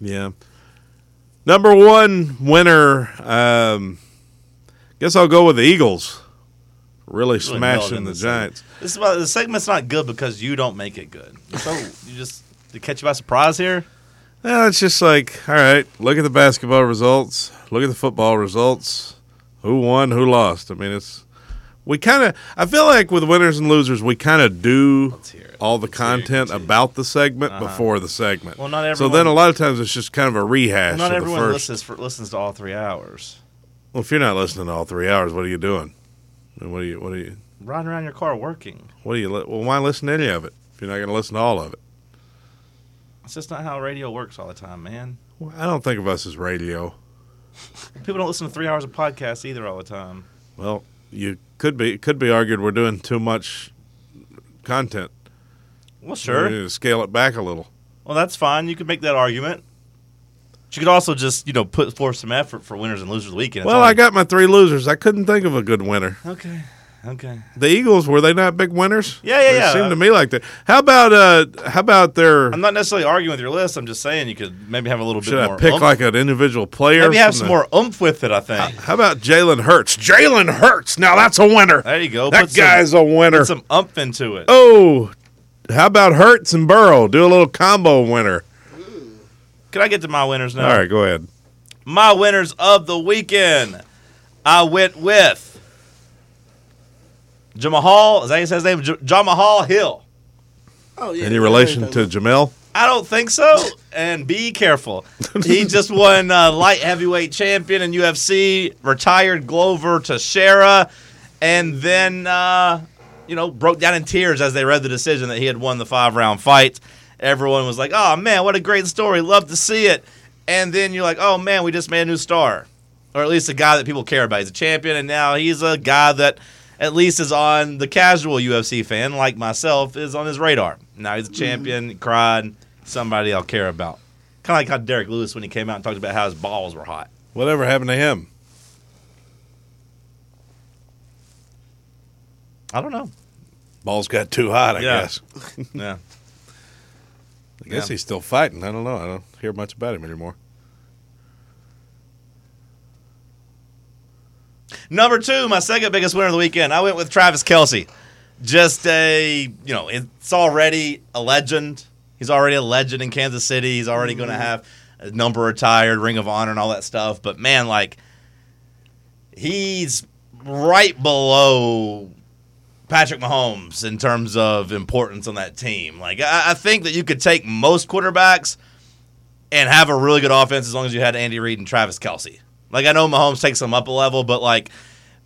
Speaker 2: yeah. Number one winner. Um, guess I'll go with the Eagles. Really,
Speaker 4: Really nailed
Speaker 2: smashing
Speaker 4: in
Speaker 2: the
Speaker 4: this
Speaker 2: Giants.
Speaker 4: This is why the segment's not good because you don't make it good. So you just to catch you by surprise here.
Speaker 2: Yeah, it's just like, all right, look at the basketball results, look at the football results, who won, who lost. I mean, it's we kind of I feel like with winners and losers, we kind of do
Speaker 4: hear it.
Speaker 2: all the content about the segment before the segment.
Speaker 4: Uh-huh. Well, not
Speaker 2: So then
Speaker 4: everyone-
Speaker 2: a lot of times it's just kind of a rehash.
Speaker 4: Not
Speaker 2: of
Speaker 4: everyone
Speaker 2: the first.
Speaker 4: listens for, listens to all three hours.
Speaker 2: Well, if you're not listening to all three hours, what are you doing? I mean, What are you? What are you?
Speaker 4: Riding around your car working.
Speaker 2: What are you? li- Well, why listen to any of it if you're not going to listen to all of it?
Speaker 4: It's just not how radio works all the time, man.
Speaker 2: Well, I don't think of us as radio.
Speaker 4: People don't listen to three hours of podcasts either all the time.
Speaker 2: Well, you could be it could be argued we're doing too much content.
Speaker 4: Well, sure.
Speaker 2: We need to scale it back a little.
Speaker 4: Well, that's fine. You could make that argument. But you could also just, you know, put forth some effort for winners and losers of the weekend. It's
Speaker 2: well,
Speaker 4: only-
Speaker 2: I got my three losers. I couldn't think of a good winner.
Speaker 4: Okay. Okay.
Speaker 2: The Eagles were they not big winners?
Speaker 4: Yeah, yeah,
Speaker 2: They
Speaker 4: yeah.
Speaker 2: Seemed to me like that. How about uh? How about their?
Speaker 4: I'm not necessarily arguing with your list. I'm just saying you could maybe have a little
Speaker 2: should
Speaker 4: bit
Speaker 2: I
Speaker 4: more.
Speaker 2: uh, pick
Speaker 4: oomph.
Speaker 2: like an individual player?
Speaker 4: maybe have
Speaker 2: from
Speaker 4: some
Speaker 2: the-
Speaker 4: more oomph with it. I think.
Speaker 2: How about Jalen Hurts? Jalen Hurts. Now that's a winner.
Speaker 4: There you go.
Speaker 2: That
Speaker 4: Put some-
Speaker 2: guy's a winner.
Speaker 4: Put some umph into it.
Speaker 2: oh, how about Hurts and Burrow? Do a little combo winner.
Speaker 4: Can I get to my winners now?
Speaker 2: All right, go ahead.
Speaker 4: My winners of the weekend. I went with Jamahal. Is that how you say his name? J- Jamahal Hill.
Speaker 6: Oh yeah.
Speaker 2: Any relation to Jamel?
Speaker 4: I don't think so. And be careful. He just won uh, light heavyweight champion in UFC, retired Glover Teixeira, and then uh, you know broke down in tears as they read the decision that he had won the five round fight. Everyone was like, "Oh man, what a great story! Love to see it." And then you're like, "Oh man, we just made a new star, or at least a guy that people care about. He's a champion, and now he's a guy that." At least is on the casual UFC fan like myself is on his radar. Now he's a champion, he cried, somebody I'll care about. Kind of like how Derek Lewis when he came out and talked about how his balls were hot.
Speaker 2: Whatever happened to him?
Speaker 4: I don't know.
Speaker 2: Balls got too hot, I
Speaker 4: Yeah.
Speaker 2: guess.
Speaker 4: Yeah.
Speaker 2: I guess
Speaker 4: Yeah.
Speaker 2: he's still fighting. I don't know. I don't hear much about him anymore.
Speaker 4: Number two, my second biggest winner of the weekend. I went with Travis Kelsey. Just a, you know, it's already a legend. He's already a legend in Kansas City. He's already going to have a number retired, Ring of Honor, and all that stuff. But man, like, he's right below Patrick Mahomes in terms of importance on that team. Like, I, I think that you could take most quarterbacks and have a really good offense as long as you had Andy Reid and Travis Kelsey. Like I know Mahomes takes them up a level, but like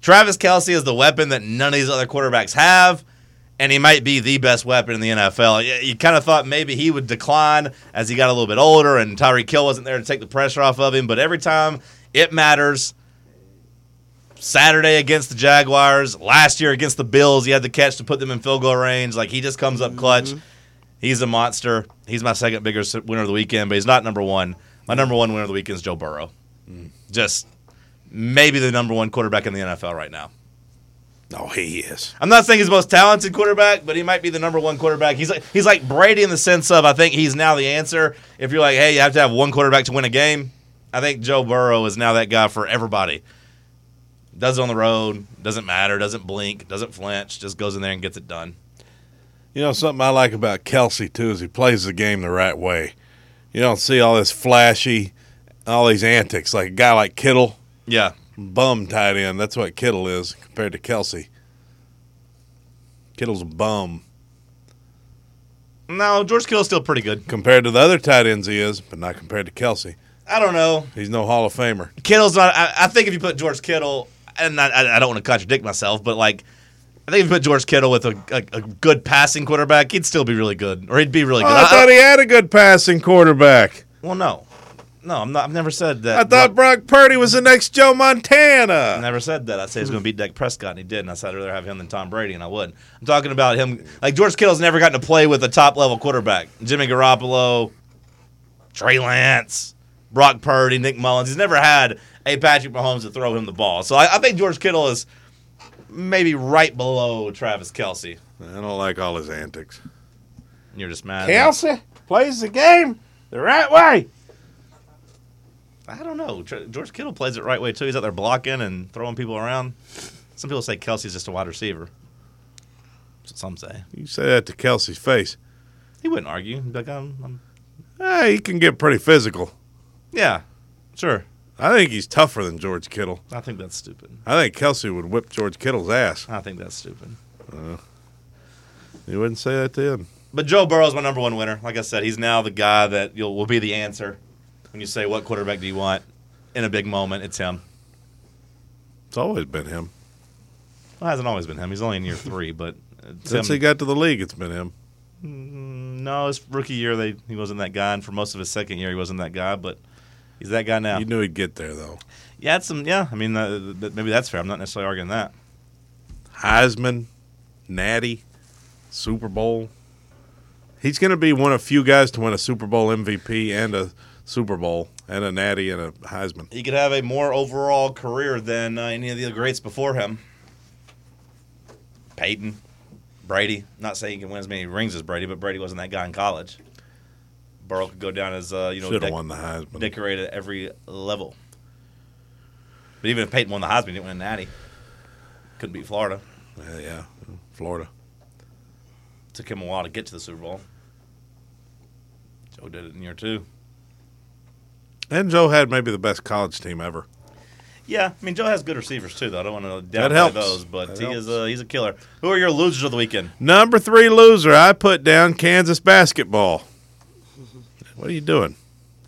Speaker 4: Travis Kelsey is the weapon that none of these other quarterbacks have, and he might be the best weapon in the NFL. You, you kind of thought maybe he would decline as he got a little bit older, and Tyreek Kill wasn't there to take the pressure off of him. But every time it matters, Saturday against the Jaguars, last year against the Bills, he had the catch to put them in field goal range. Like he just comes up clutch. He's a monster. He's my second biggest winner of the weekend, but he's not number one. My number one winner of the weekend is Joe Burrow. Just maybe the number one quarterback in the NFL right now.
Speaker 10: Oh, he is.
Speaker 4: I'm not saying he's the most talented quarterback, but he might be the number one quarterback. He's like he's like Brady in the sense of I think he's now the answer. If you're like, hey, you have to have one quarterback to win a game, I think Joe Burrow is now that guy for everybody. Does it on the road, doesn't matter, doesn't blink, doesn't flinch, just goes in there and gets it done.
Speaker 2: You know, something I like about Kelsey, too, is he plays the game the right way. You don't see all this flashy, all these antics. Like a guy like Kittle,
Speaker 4: Yeah.
Speaker 2: bum tight end. That's what Kittle is compared to Kelsey. Kittle's a bum
Speaker 4: No, George Kittle's still pretty good.
Speaker 2: compared to the other tight ends he is, but not compared to Kelsey.
Speaker 4: I don't know.
Speaker 2: He's no Hall of Famer.
Speaker 4: Kittle's not. I, I think if you put George Kittle, and I- I, I don't want to contradict myself, but like, I think if you put George Kittle with a, a, a good passing quarterback, he'd still be really good, or he'd be really
Speaker 2: Oh,
Speaker 4: good.
Speaker 2: I
Speaker 4: I-
Speaker 2: thought he had a good passing quarterback.
Speaker 4: well, no, no, I'm not. I've never said that.
Speaker 2: I thought Brock Purdy was the next Joe
Speaker 4: I
Speaker 2: Montana.
Speaker 4: never said that. I said he's going to beat Dak Prescott, and he did. And I said I'd rather have him than Tom Brady, and I would. I'm talking about him. Like George Kittle's never gotten to play with a top level quarterback. Jimmy Garoppolo, Trey Lance, Brock Purdy, Nick Mullins. He's never had a Patrick Mahomes to throw him the ball. So I, I think George Kittle is maybe right below Travis Kelsey.
Speaker 2: I don't like all his antics.
Speaker 4: You're just mad.
Speaker 2: Kelsey plays the game the right way.
Speaker 4: I don't know. Tr- George Kittle plays it right way too. He's out there blocking and throwing people around. Some people say Kelsey's just a wide receiver. That's what some say.
Speaker 2: You say that to Kelsey's face.
Speaker 4: He wouldn't argue. He'd be like, I'm, I'm,
Speaker 2: Hey, he can get pretty physical.
Speaker 4: yeah, sure.
Speaker 2: I think he's tougher than George Kittle.
Speaker 4: I think that's stupid.
Speaker 2: I think Kelsey would whip George Kittle's ass.
Speaker 4: I think that's stupid.
Speaker 2: You wouldn't say that to him.
Speaker 4: But Joe Burrow's my number one winner. Like I said, he's now the guy that you'll, will be the answer when you say what quarterback do you want in a big moment. It's him.
Speaker 2: It's always been him.
Speaker 4: Well, it hasn't always been him. He's only in year three, but it's
Speaker 2: Since
Speaker 4: him.
Speaker 2: he got to the league, it's been him.
Speaker 4: no, his rookie year they he wasn't that guy, and for most of his second year he wasn't that guy, but he's that guy now.
Speaker 2: You knew he'd get there, though.
Speaker 4: yeah, it's some. Yeah, I mean uh, th- maybe that's fair. I'm not necessarily arguing that.
Speaker 2: Heisman, Natty, Super Bowl. He's going to be one of few guys to win a Super Bowl MVP and a Super Bowl and a Natty and a Heisman.
Speaker 4: He could have a more overall career than uh, any of the greats before him. Peyton, Brady. Not saying he can win as many rings as Brady, but Brady wasn't that guy in college. Burrow could go down as uh, you know
Speaker 2: Should have
Speaker 4: dec-
Speaker 2: won the Heisman.
Speaker 4: decorated at every level. But even if Peyton won the Heisman, he didn't win a Natty. Couldn't beat Florida.
Speaker 2: Yeah, yeah, Florida.
Speaker 4: Took him a while to get to the Super Bowl. Joe did it in year two.
Speaker 2: And Joe had maybe the best college team ever.
Speaker 4: Yeah, I mean Joe has good receivers too, though. I don't want to
Speaker 2: That
Speaker 4: downplay
Speaker 2: helps.
Speaker 4: those, but
Speaker 2: That
Speaker 4: he
Speaker 2: helps.
Speaker 4: is a, he's a killer. Who are your losers of the weekend?
Speaker 2: Number three loser, I put down Kansas basketball. What are you doing?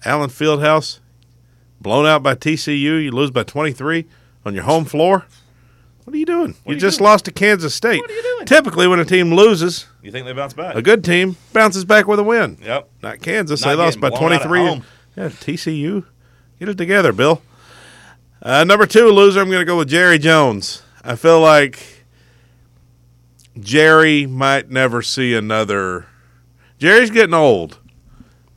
Speaker 2: Allen Fieldhouse, blown out by TCU. You lose by 23 on your home floor. What are you doing? you, just lost to Kansas State.
Speaker 4: What are you doing?
Speaker 2: Typically, when a team loses,
Speaker 4: You think they bounce back?
Speaker 2: a good Uh, team bounces back with a win.
Speaker 4: Yep.
Speaker 2: Not Kansas.
Speaker 4: Not
Speaker 2: they lost
Speaker 4: getting
Speaker 2: by
Speaker 4: blown out at
Speaker 2: 23.
Speaker 4: home.
Speaker 2: Yeah, TCU. Get it together, Bill. Uh, number two loser, I'm going to go with Jerry Jones. I feel like Jerry might never see another. Jerry's getting old.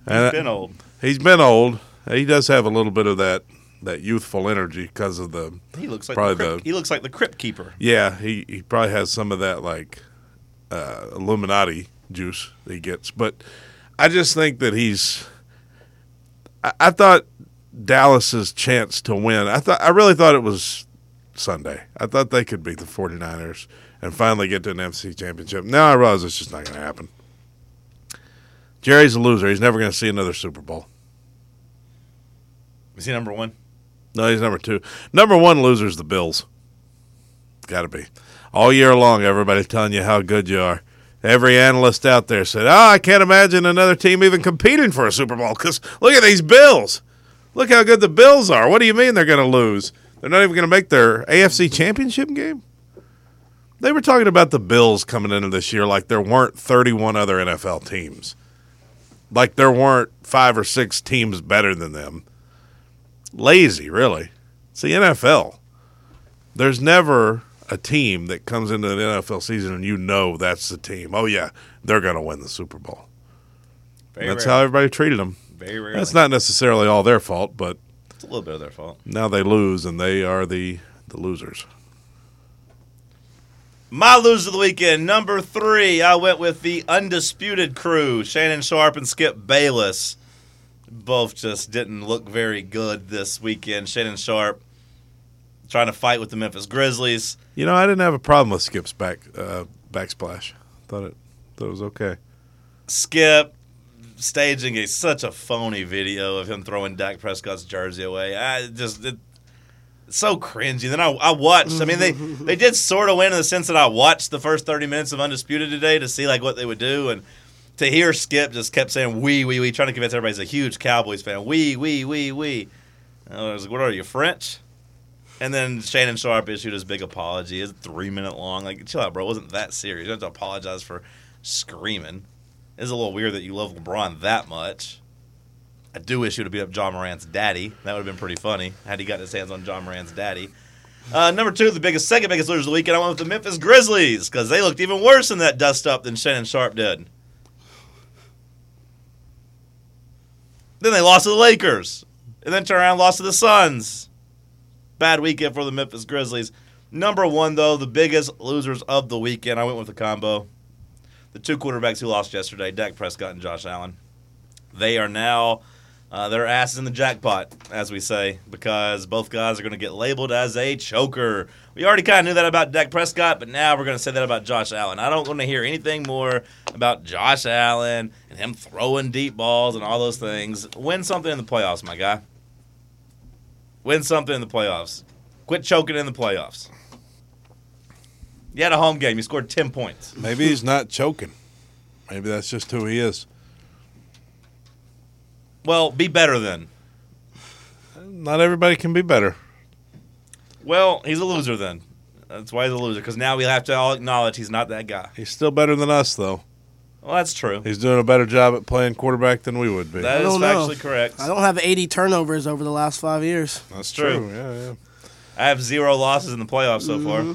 Speaker 2: And
Speaker 4: Been old.
Speaker 2: He's been old. He does have a little bit of that that youthful energy because of the.
Speaker 4: He looks like
Speaker 2: Probably
Speaker 4: the crypt,
Speaker 2: the-
Speaker 4: he looks like the crypt keeper.
Speaker 2: Yeah, he, he probably has some of that like uh, Illuminati juice that he gets. But I just think that he's. I, I thought Dallas's chance to win. I thought I really thought it was Sunday. I thought they could beat the 49ers and finally get to an NFC championship. Now I realize it's just not going to happen. Jerry's a loser. He's never going to see another Super Bowl.
Speaker 4: Is he number one?
Speaker 2: No, he's number two. Number one loser's the Bills. Got to be. All year long, everybody's telling you how good you are,
Speaker 6: Every analyst out there said, "Oh, I can't imagine another team even competing for a Super Bowl because look at these Bills. Look how good the Bills are. What do you mean they're going to lose? They're not even going to make their AFC Championship game." They were talking about the Bills coming into this year like there weren't 31 other NFL teams. Like there weren't five or six teams better than them. Lazy, really. It's the NFL. There's never a team that comes into the NFL season and you know that's the team. Oh, yeah, they're going to win the Super Bowl.
Speaker 4: Very
Speaker 6: that's
Speaker 4: rare.
Speaker 6: how everybody treated them.
Speaker 4: Very rarely.
Speaker 6: That's not necessarily all their fault, but
Speaker 4: It's a little bit of their fault.
Speaker 6: now they lose and they are the, the losers.
Speaker 4: My loser of the weekend, number three, I went with the Undisputed Crew, Shannon Sharp and Skip Bayless. Both just didn't look very good this weekend. Shannon Sharp trying to fight with the Memphis Grizzlies.
Speaker 6: You know, I didn't have a problem with Skip's back uh, backsplash. Thought it thought it was okay.
Speaker 4: Skip staging a such a phony video of him throwing Dak Prescott's jersey away. I just it, it's so cringy. Then I, I watched. I mean, they they did sort of win in the sense that I watched the first thirty minutes of Undisputed today to see like what they would do, and to hear Skip just kept saying "we we we," trying to convince everybody he's a huge Cowboys fan. "We we we we." And I was like, "What are you French?" And then Shannon Sharp issued his big apology. It's three minute long. Like, chill out, bro. It wasn't that serious. You don't have to apologize for screaming. It's a little weird that you love LeBron that much. I do wish you would have beat up John Morant's daddy. That would have been pretty funny had he got his hands on John Morant's daddy. Uh, number two, the biggest, second biggest losers of the weekend, I went with the Memphis Grizzlies because they looked even worse in that dust up than Shannon Sharp did. Then they lost to the Lakers, and then turned around and lost to the Suns. Bad weekend for the Memphis Grizzlies. Number one, though, the biggest losers of the weekend, I went with the combo the two quarterbacks who lost yesterday, Dak Prescott and Josh Allen, they are now uh, their asses in the jackpot, as we say, because both guys are going to get labeled as a choker. We already kind of knew that about Dak Prescott, but now we're going to say that about Josh Allen. I don't want to hear anything more about Josh Allen and him throwing deep balls and all those things. Win something in the playoffs, my guy. Win something in the playoffs. Quit choking in the playoffs. You had a home game. You scored 10 points.
Speaker 6: Maybe he's not choking. Maybe that's just who he is.
Speaker 4: Well, be better then.
Speaker 6: Not everybody can be better.
Speaker 4: Well, he's a loser then. That's why he's a loser because now we have to all acknowledge he's not that guy.
Speaker 6: He's still better than us, though.
Speaker 4: Well, that's true.
Speaker 6: He's doing a better job at playing quarterback than we would be.
Speaker 4: That is
Speaker 3: don't know.
Speaker 4: factually correct.
Speaker 3: I don't have 80 turnovers over the last five years.
Speaker 6: that's
Speaker 4: true.
Speaker 6: Yeah, yeah.
Speaker 4: I have zero losses in the playoffs so far.
Speaker 3: Mm-hmm.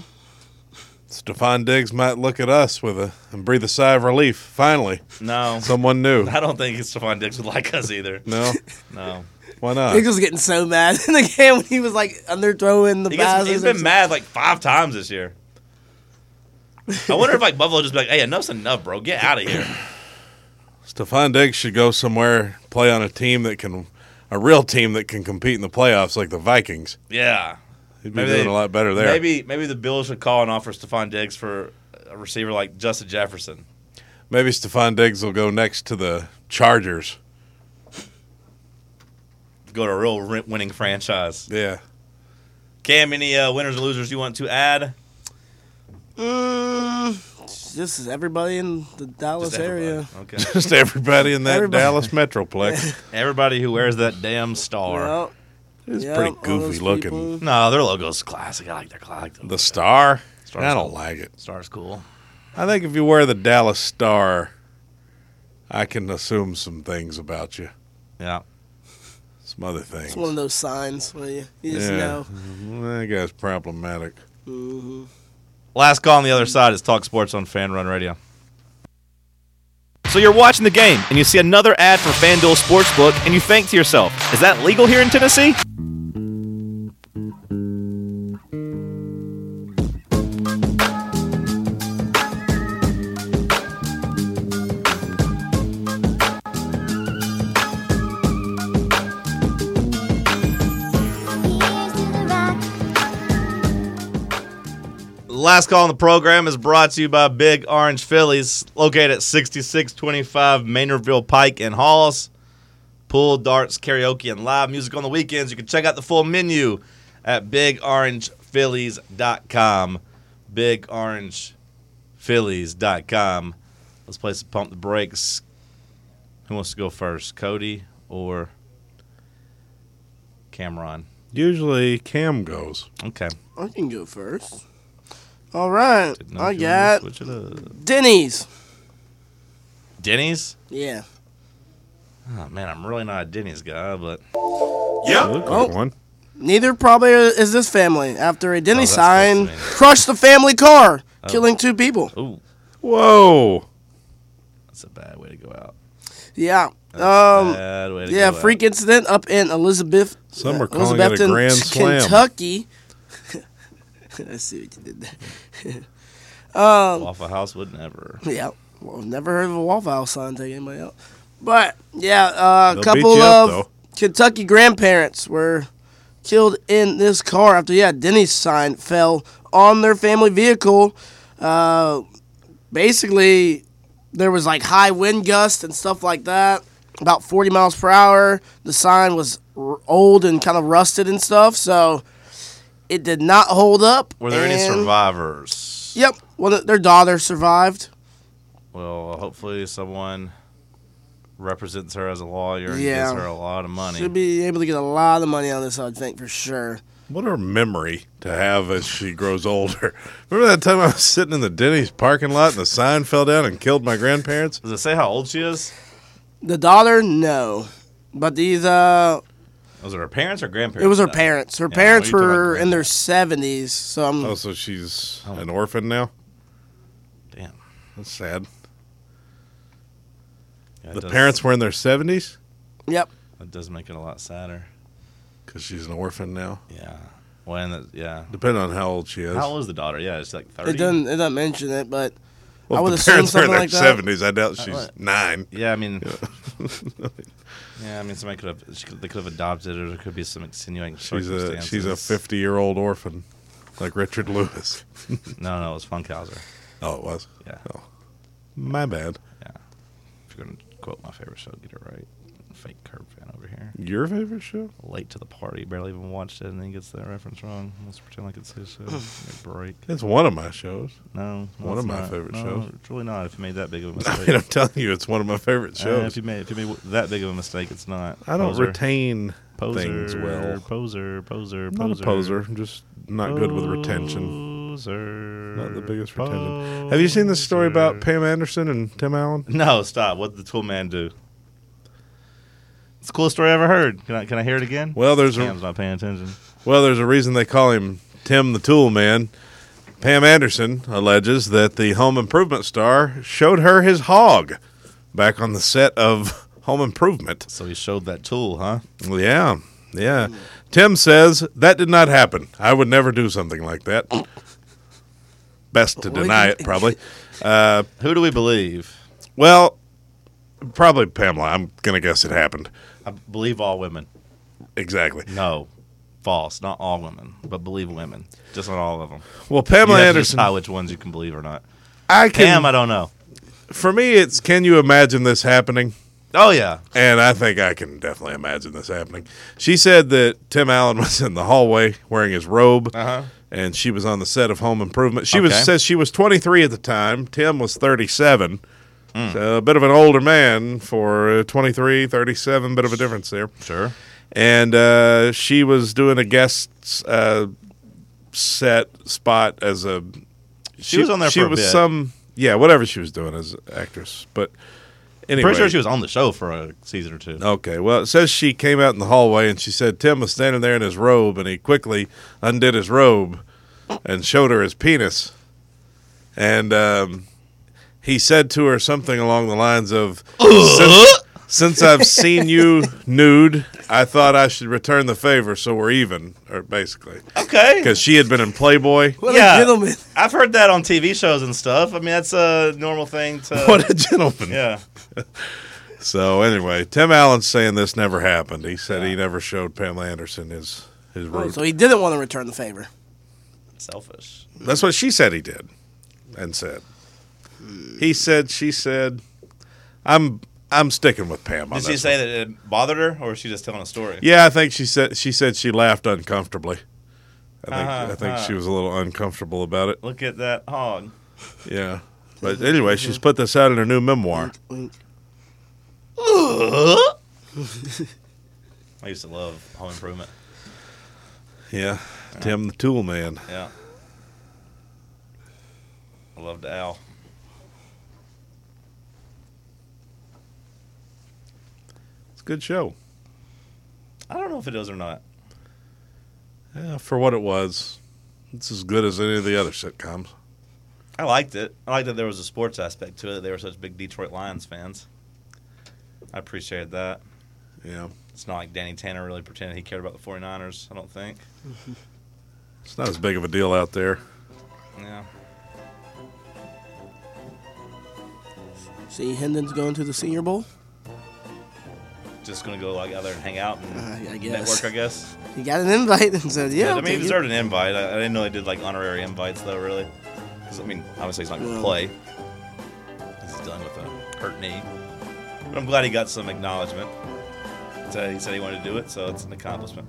Speaker 6: Stephon Diggs might look at us with a and breathe a sigh of relief. Finally,
Speaker 4: No,
Speaker 6: someone new.
Speaker 4: I don't think Stephon Diggs would like us either.
Speaker 6: No,
Speaker 4: No,
Speaker 6: why not?
Speaker 3: Nick was getting so mad in the game when he was like underthrowing the
Speaker 4: he gets,
Speaker 3: passes.
Speaker 4: he's
Speaker 3: or
Speaker 4: been
Speaker 3: something.
Speaker 4: mad like five times this year. I wonder if like Buffalo just be like, "Hey, enough's enough, bro. Get out of here."
Speaker 6: Stephon Diggs should go somewhere, play on a team that can, a real team that can compete in the playoffs, like the Vikings.
Speaker 4: Yeah,
Speaker 6: He'd be
Speaker 4: Maybe
Speaker 6: doing
Speaker 4: they-
Speaker 6: a lot better there.
Speaker 4: maybe maybe the Bills should call and offer Stephon Diggs for a receiver like Justin Jefferson.
Speaker 6: Maybe Stephon Diggs will go next to the Chargers.
Speaker 4: Go to a real ri- winning franchise.
Speaker 6: Yeah.
Speaker 4: Cam, any uh, winners or losers you want to add?
Speaker 3: Mm, this is everybody in the Dallas
Speaker 4: Just
Speaker 3: area.
Speaker 4: everybody. Okay.
Speaker 6: Just everybody in that
Speaker 3: Everybody.
Speaker 6: Dallas Metroplex.
Speaker 4: everybody who wears that damn star.
Speaker 3: Yep.
Speaker 6: It's
Speaker 3: Yep,
Speaker 6: pretty
Speaker 3: all
Speaker 6: goofy
Speaker 3: those
Speaker 6: looking.
Speaker 3: people.
Speaker 4: No, their logo's classic. I like their I like the,
Speaker 6: The star.
Speaker 4: Star's
Speaker 6: I don't
Speaker 4: cool.
Speaker 6: like it.
Speaker 4: star's cool.
Speaker 6: I think if you wear the Dallas Star, I can assume some things about you.
Speaker 4: Yeah.
Speaker 6: Some other things.
Speaker 3: It's one of those signs where you, you just
Speaker 6: Yeah.
Speaker 3: know.
Speaker 6: That guy's problematic.
Speaker 4: Last call on the other side is Talk Sports on Fan Run Radio. So you're watching the game and you see another ad for FanDuel Sportsbook and you think to yourself, is that legal here in Tennessee?
Speaker 8: Here's to the rock.
Speaker 4: Last call on the program is brought to you by Big Orange Phillies, located at 6625 Maynardville Pike in Halls. Pool, darts, karaoke, and live music on the weekends. You can check out the full menu at bigorangephillies.com. Bigorangephillies.com. Let's play some pump the brakes. Who wants to go first, Cody or Cameron?
Speaker 6: Usually Cam goes.
Speaker 4: Okay.
Speaker 3: I can go first. All right,
Speaker 4: Didn't know
Speaker 3: I
Speaker 4: if you wanted
Speaker 3: got
Speaker 4: to switch it up.
Speaker 3: Denny's.
Speaker 4: Denny's.
Speaker 3: Yeah,
Speaker 4: Oh man, I'm really not a Denny's guy, but
Speaker 2: Yep.
Speaker 6: Look
Speaker 3: Oh.
Speaker 6: like one.
Speaker 3: neither probably is this family. After a Denny's
Speaker 4: Oh, that's
Speaker 3: sign
Speaker 4: Oh. supposed to mean-
Speaker 3: crushed the family car, killing two people.
Speaker 4: ooh,
Speaker 6: Whoa.
Speaker 4: that's a bad way to go out.
Speaker 3: Yeah.
Speaker 4: That's a
Speaker 3: Um.
Speaker 4: bad way to
Speaker 3: Yeah,
Speaker 4: go out.
Speaker 3: freak incident up in Elizabeth.
Speaker 6: Some
Speaker 3: uh,
Speaker 6: are calling it a
Speaker 3: Elizabethton,
Speaker 6: grand
Speaker 3: K-
Speaker 6: slam.
Speaker 3: Kentucky. I see what you did there.
Speaker 4: Waffle House would never.
Speaker 3: Yeah. Well, never heard of a Waffle House sign take anybody out. But yeah, uh, a
Speaker 6: They'll beat
Speaker 3: couple
Speaker 6: you
Speaker 3: of
Speaker 6: up, though.
Speaker 3: Kentucky grandparents were killed in this car after yeah, Denny's sign fell on their family vehicle. Uh, basically, there was like high wind gusts and stuff like that, about 40 miles per hour. The sign was r- old and kind of rusted and stuff, so it did not hold up.
Speaker 4: Were there any
Speaker 3: and-
Speaker 4: survivors?
Speaker 3: Yep. Well, th- their daughter survived.
Speaker 4: Well, hopefully someone represents her as a lawyer and
Speaker 3: Yeah.
Speaker 4: gives her a lot of money.
Speaker 3: Should be able to get a lot of money on this, I would think, for sure.
Speaker 6: What a memory to have as she grows older. Remember that time I was sitting in the Denny's parking lot and the sign fell down and killed my grandparents?
Speaker 4: Does it say how old she is?
Speaker 3: The daughter, no. But these, uh,
Speaker 4: Was it her parents or grandparents?
Speaker 3: it was her
Speaker 4: that-
Speaker 3: parents. Her
Speaker 4: Yeah,
Speaker 3: parents
Speaker 4: well, you're talking
Speaker 3: were
Speaker 4: about
Speaker 3: in their 70s, so I'm,
Speaker 6: Oh, so she's an orphan now?
Speaker 4: Damn.
Speaker 6: That's sad.
Speaker 4: Yeah, it
Speaker 6: The
Speaker 4: does-
Speaker 6: parents were in their 70s?
Speaker 3: yep.
Speaker 4: That does make it a lot sadder.
Speaker 6: Because she's an orphan now.
Speaker 4: Yeah. When? It, yeah.
Speaker 6: Depending on how old she is.
Speaker 4: How old is the daughter? Yeah, it's like thirty.
Speaker 3: It doesn't, it doesn't mention it, but I
Speaker 6: Well,
Speaker 3: would
Speaker 6: if the
Speaker 3: assume
Speaker 6: parents are in
Speaker 3: something
Speaker 6: their
Speaker 3: like that.
Speaker 6: 70s, I doubt she's
Speaker 4: what?
Speaker 6: nine.
Speaker 4: Yeah, I mean. yeah, I mean, somebody could have. She could, they could have adopted her. There could be some extenuating
Speaker 6: She's a,
Speaker 4: circumstances.
Speaker 6: she's a 50 year old orphan, like Richard Lewis.
Speaker 4: No, no, it was Funkhauser.
Speaker 6: Oh, it was?
Speaker 4: Yeah.
Speaker 6: Oh. My bad.
Speaker 4: Yeah. If you're gonna quote my favorite show, get it right. Fake curb fan over here.
Speaker 6: Your favorite show?
Speaker 4: Late to the party, barely even watched it, and then he gets that reference wrong. Let's pretend like it's his show. Give me a break.
Speaker 6: It's one of my shows.
Speaker 4: No, no,
Speaker 6: One of
Speaker 4: it's
Speaker 6: my
Speaker 4: not.
Speaker 6: favorite
Speaker 4: No,
Speaker 6: shows.
Speaker 4: It's really not. If you made that big of a
Speaker 6: I
Speaker 4: mistake,
Speaker 6: mean, I'm telling you, it's one of my favorite
Speaker 4: Uh,
Speaker 6: shows.
Speaker 4: if you made if you made that big of a mistake, it's not.
Speaker 6: I don't
Speaker 4: Poser.
Speaker 6: retain
Speaker 4: poser,
Speaker 6: things well.
Speaker 4: Poser, poser, poser.
Speaker 6: I'm not a poser. I'm just not good with retention.
Speaker 4: Poser.
Speaker 6: Not the biggest retention. Have you seen this story about Pam Anderson and Tim Allen?
Speaker 4: No, stop. What did the tool man do? It's the coolest story I ever heard. Can I can I hear it again?
Speaker 6: Well, there's a
Speaker 4: Cam's not paying attention.
Speaker 6: Well, there's a reason they call him Tim the Tool Man. Pam Anderson alleges that the home improvement star showed her his hog back on the set of Home Improvement.
Speaker 4: So he showed that tool, huh?
Speaker 6: Yeah, yeah. Tim says that did not happen. I would never do something like that. Best to deny it, probably.
Speaker 4: Who do we believe?
Speaker 6: Well, probably Pamela. I'm going to guess it happened.
Speaker 4: I believe all women.
Speaker 6: Exactly.
Speaker 4: No, false. Not all women, but believe women. Just not all of them.
Speaker 6: Well,
Speaker 4: You
Speaker 6: Pamela
Speaker 4: have to
Speaker 6: Anderson.
Speaker 4: decide which ones you can believe or not.
Speaker 6: I can.
Speaker 4: Cam, I don't know.
Speaker 6: for me, it's can you imagine this happening?
Speaker 4: Oh yeah,
Speaker 6: And I think I can definitely imagine this happening. She said that Tim Allen was in the hallway wearing his robe,
Speaker 4: Uh-huh.
Speaker 6: and she was on the set of Home Improvement. She
Speaker 4: Okay.
Speaker 6: was says she was 23 at the time. Tim was 37,
Speaker 4: Hmm.
Speaker 6: so a bit of an older man for uh, 23, 37. Bit of a difference there.
Speaker 4: sure.
Speaker 6: And uh, she was doing a guest uh, set spot as a.
Speaker 4: She was on there
Speaker 6: She
Speaker 4: for a
Speaker 6: was
Speaker 4: bit.
Speaker 6: some yeah, whatever she was doing as an actress, but. Anyway,
Speaker 4: Pretty sure she was on the show for a season or two.
Speaker 6: Okay. Well, it says she came out in the hallway and she said Tim was standing there in his robe and he quickly undid his robe and showed her his penis. And um, he said to her something along the lines of since, since I've seen you nude, I thought I should return the favor so we're even, or basically.
Speaker 4: Okay.
Speaker 6: Because she had been in Playboy.
Speaker 3: What
Speaker 4: Yeah.
Speaker 3: a gentleman.
Speaker 4: I've heard that on TV shows and stuff. I mean, that's a normal thing to.
Speaker 6: What a gentleman.
Speaker 4: Yeah.
Speaker 6: So anyway, Tim Allen's saying this never happened. He said he never showed Pamela Anderson his his robe.
Speaker 3: So he didn't want to return the favor.
Speaker 4: Selfish.
Speaker 6: That's what she said he did and said. He said, she said, I'm I'm sticking with Pam. On
Speaker 4: Did she
Speaker 6: this
Speaker 4: say
Speaker 6: one.
Speaker 4: that it bothered her, or was she just telling a story?
Speaker 6: Yeah, I think she said she said she laughed uncomfortably. I think I think
Speaker 4: Uh-huh.
Speaker 6: she was a little uncomfortable about it.
Speaker 4: Look at that hog.
Speaker 6: Yeah. But anyway, she's put this out in her new memoir.
Speaker 3: Wink.
Speaker 4: I used to love Home Improvement.
Speaker 6: Yeah, Tim the Tool Man.
Speaker 4: Yeah. I loved Al.
Speaker 6: It's a good show.
Speaker 4: I don't know if it does or not.
Speaker 6: Yeah, for what it was, it's as good as any of the other sitcoms.
Speaker 4: I liked it. I liked that there was a sports aspect to it. They were such big Detroit Lions fans. I appreciated that.
Speaker 6: Yeah,
Speaker 4: It's not like Danny Tanner really pretended he cared about the 49ers, I don't think.
Speaker 6: it's not as big of a deal out there.
Speaker 4: Yeah.
Speaker 3: See, Hendon's going to the Senior Bowl.
Speaker 4: Just going to go like out there and hang out and
Speaker 3: Uh, I guess.
Speaker 4: network, I guess.
Speaker 3: He got an invite and said, "Yeah."
Speaker 4: Yeah,
Speaker 3: I'll
Speaker 4: I mean, he
Speaker 3: take it.
Speaker 4: deserved an invite. I, I didn't know they did like honorary invites, though, really. 'Cause, I mean, obviously he's not going to
Speaker 3: Yeah.
Speaker 4: play. He's done with a hurt knee. But I'm glad he got some acknowledgement. So he said he wanted to do it, so it's an accomplishment.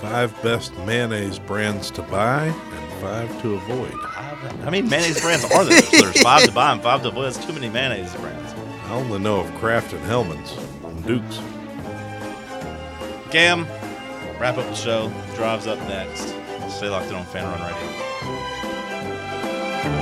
Speaker 6: Five best mayonnaise brands to buy and five to avoid.
Speaker 4: How many mayonnaise brands are there? There's five to buy and five to avoid. That's too many mayonnaise brands.
Speaker 6: I only know of Kraft and Hellman's and Duke's.
Speaker 4: Cam, wrap up the show. Drives up next. Stay locked in on Fan Run Radio.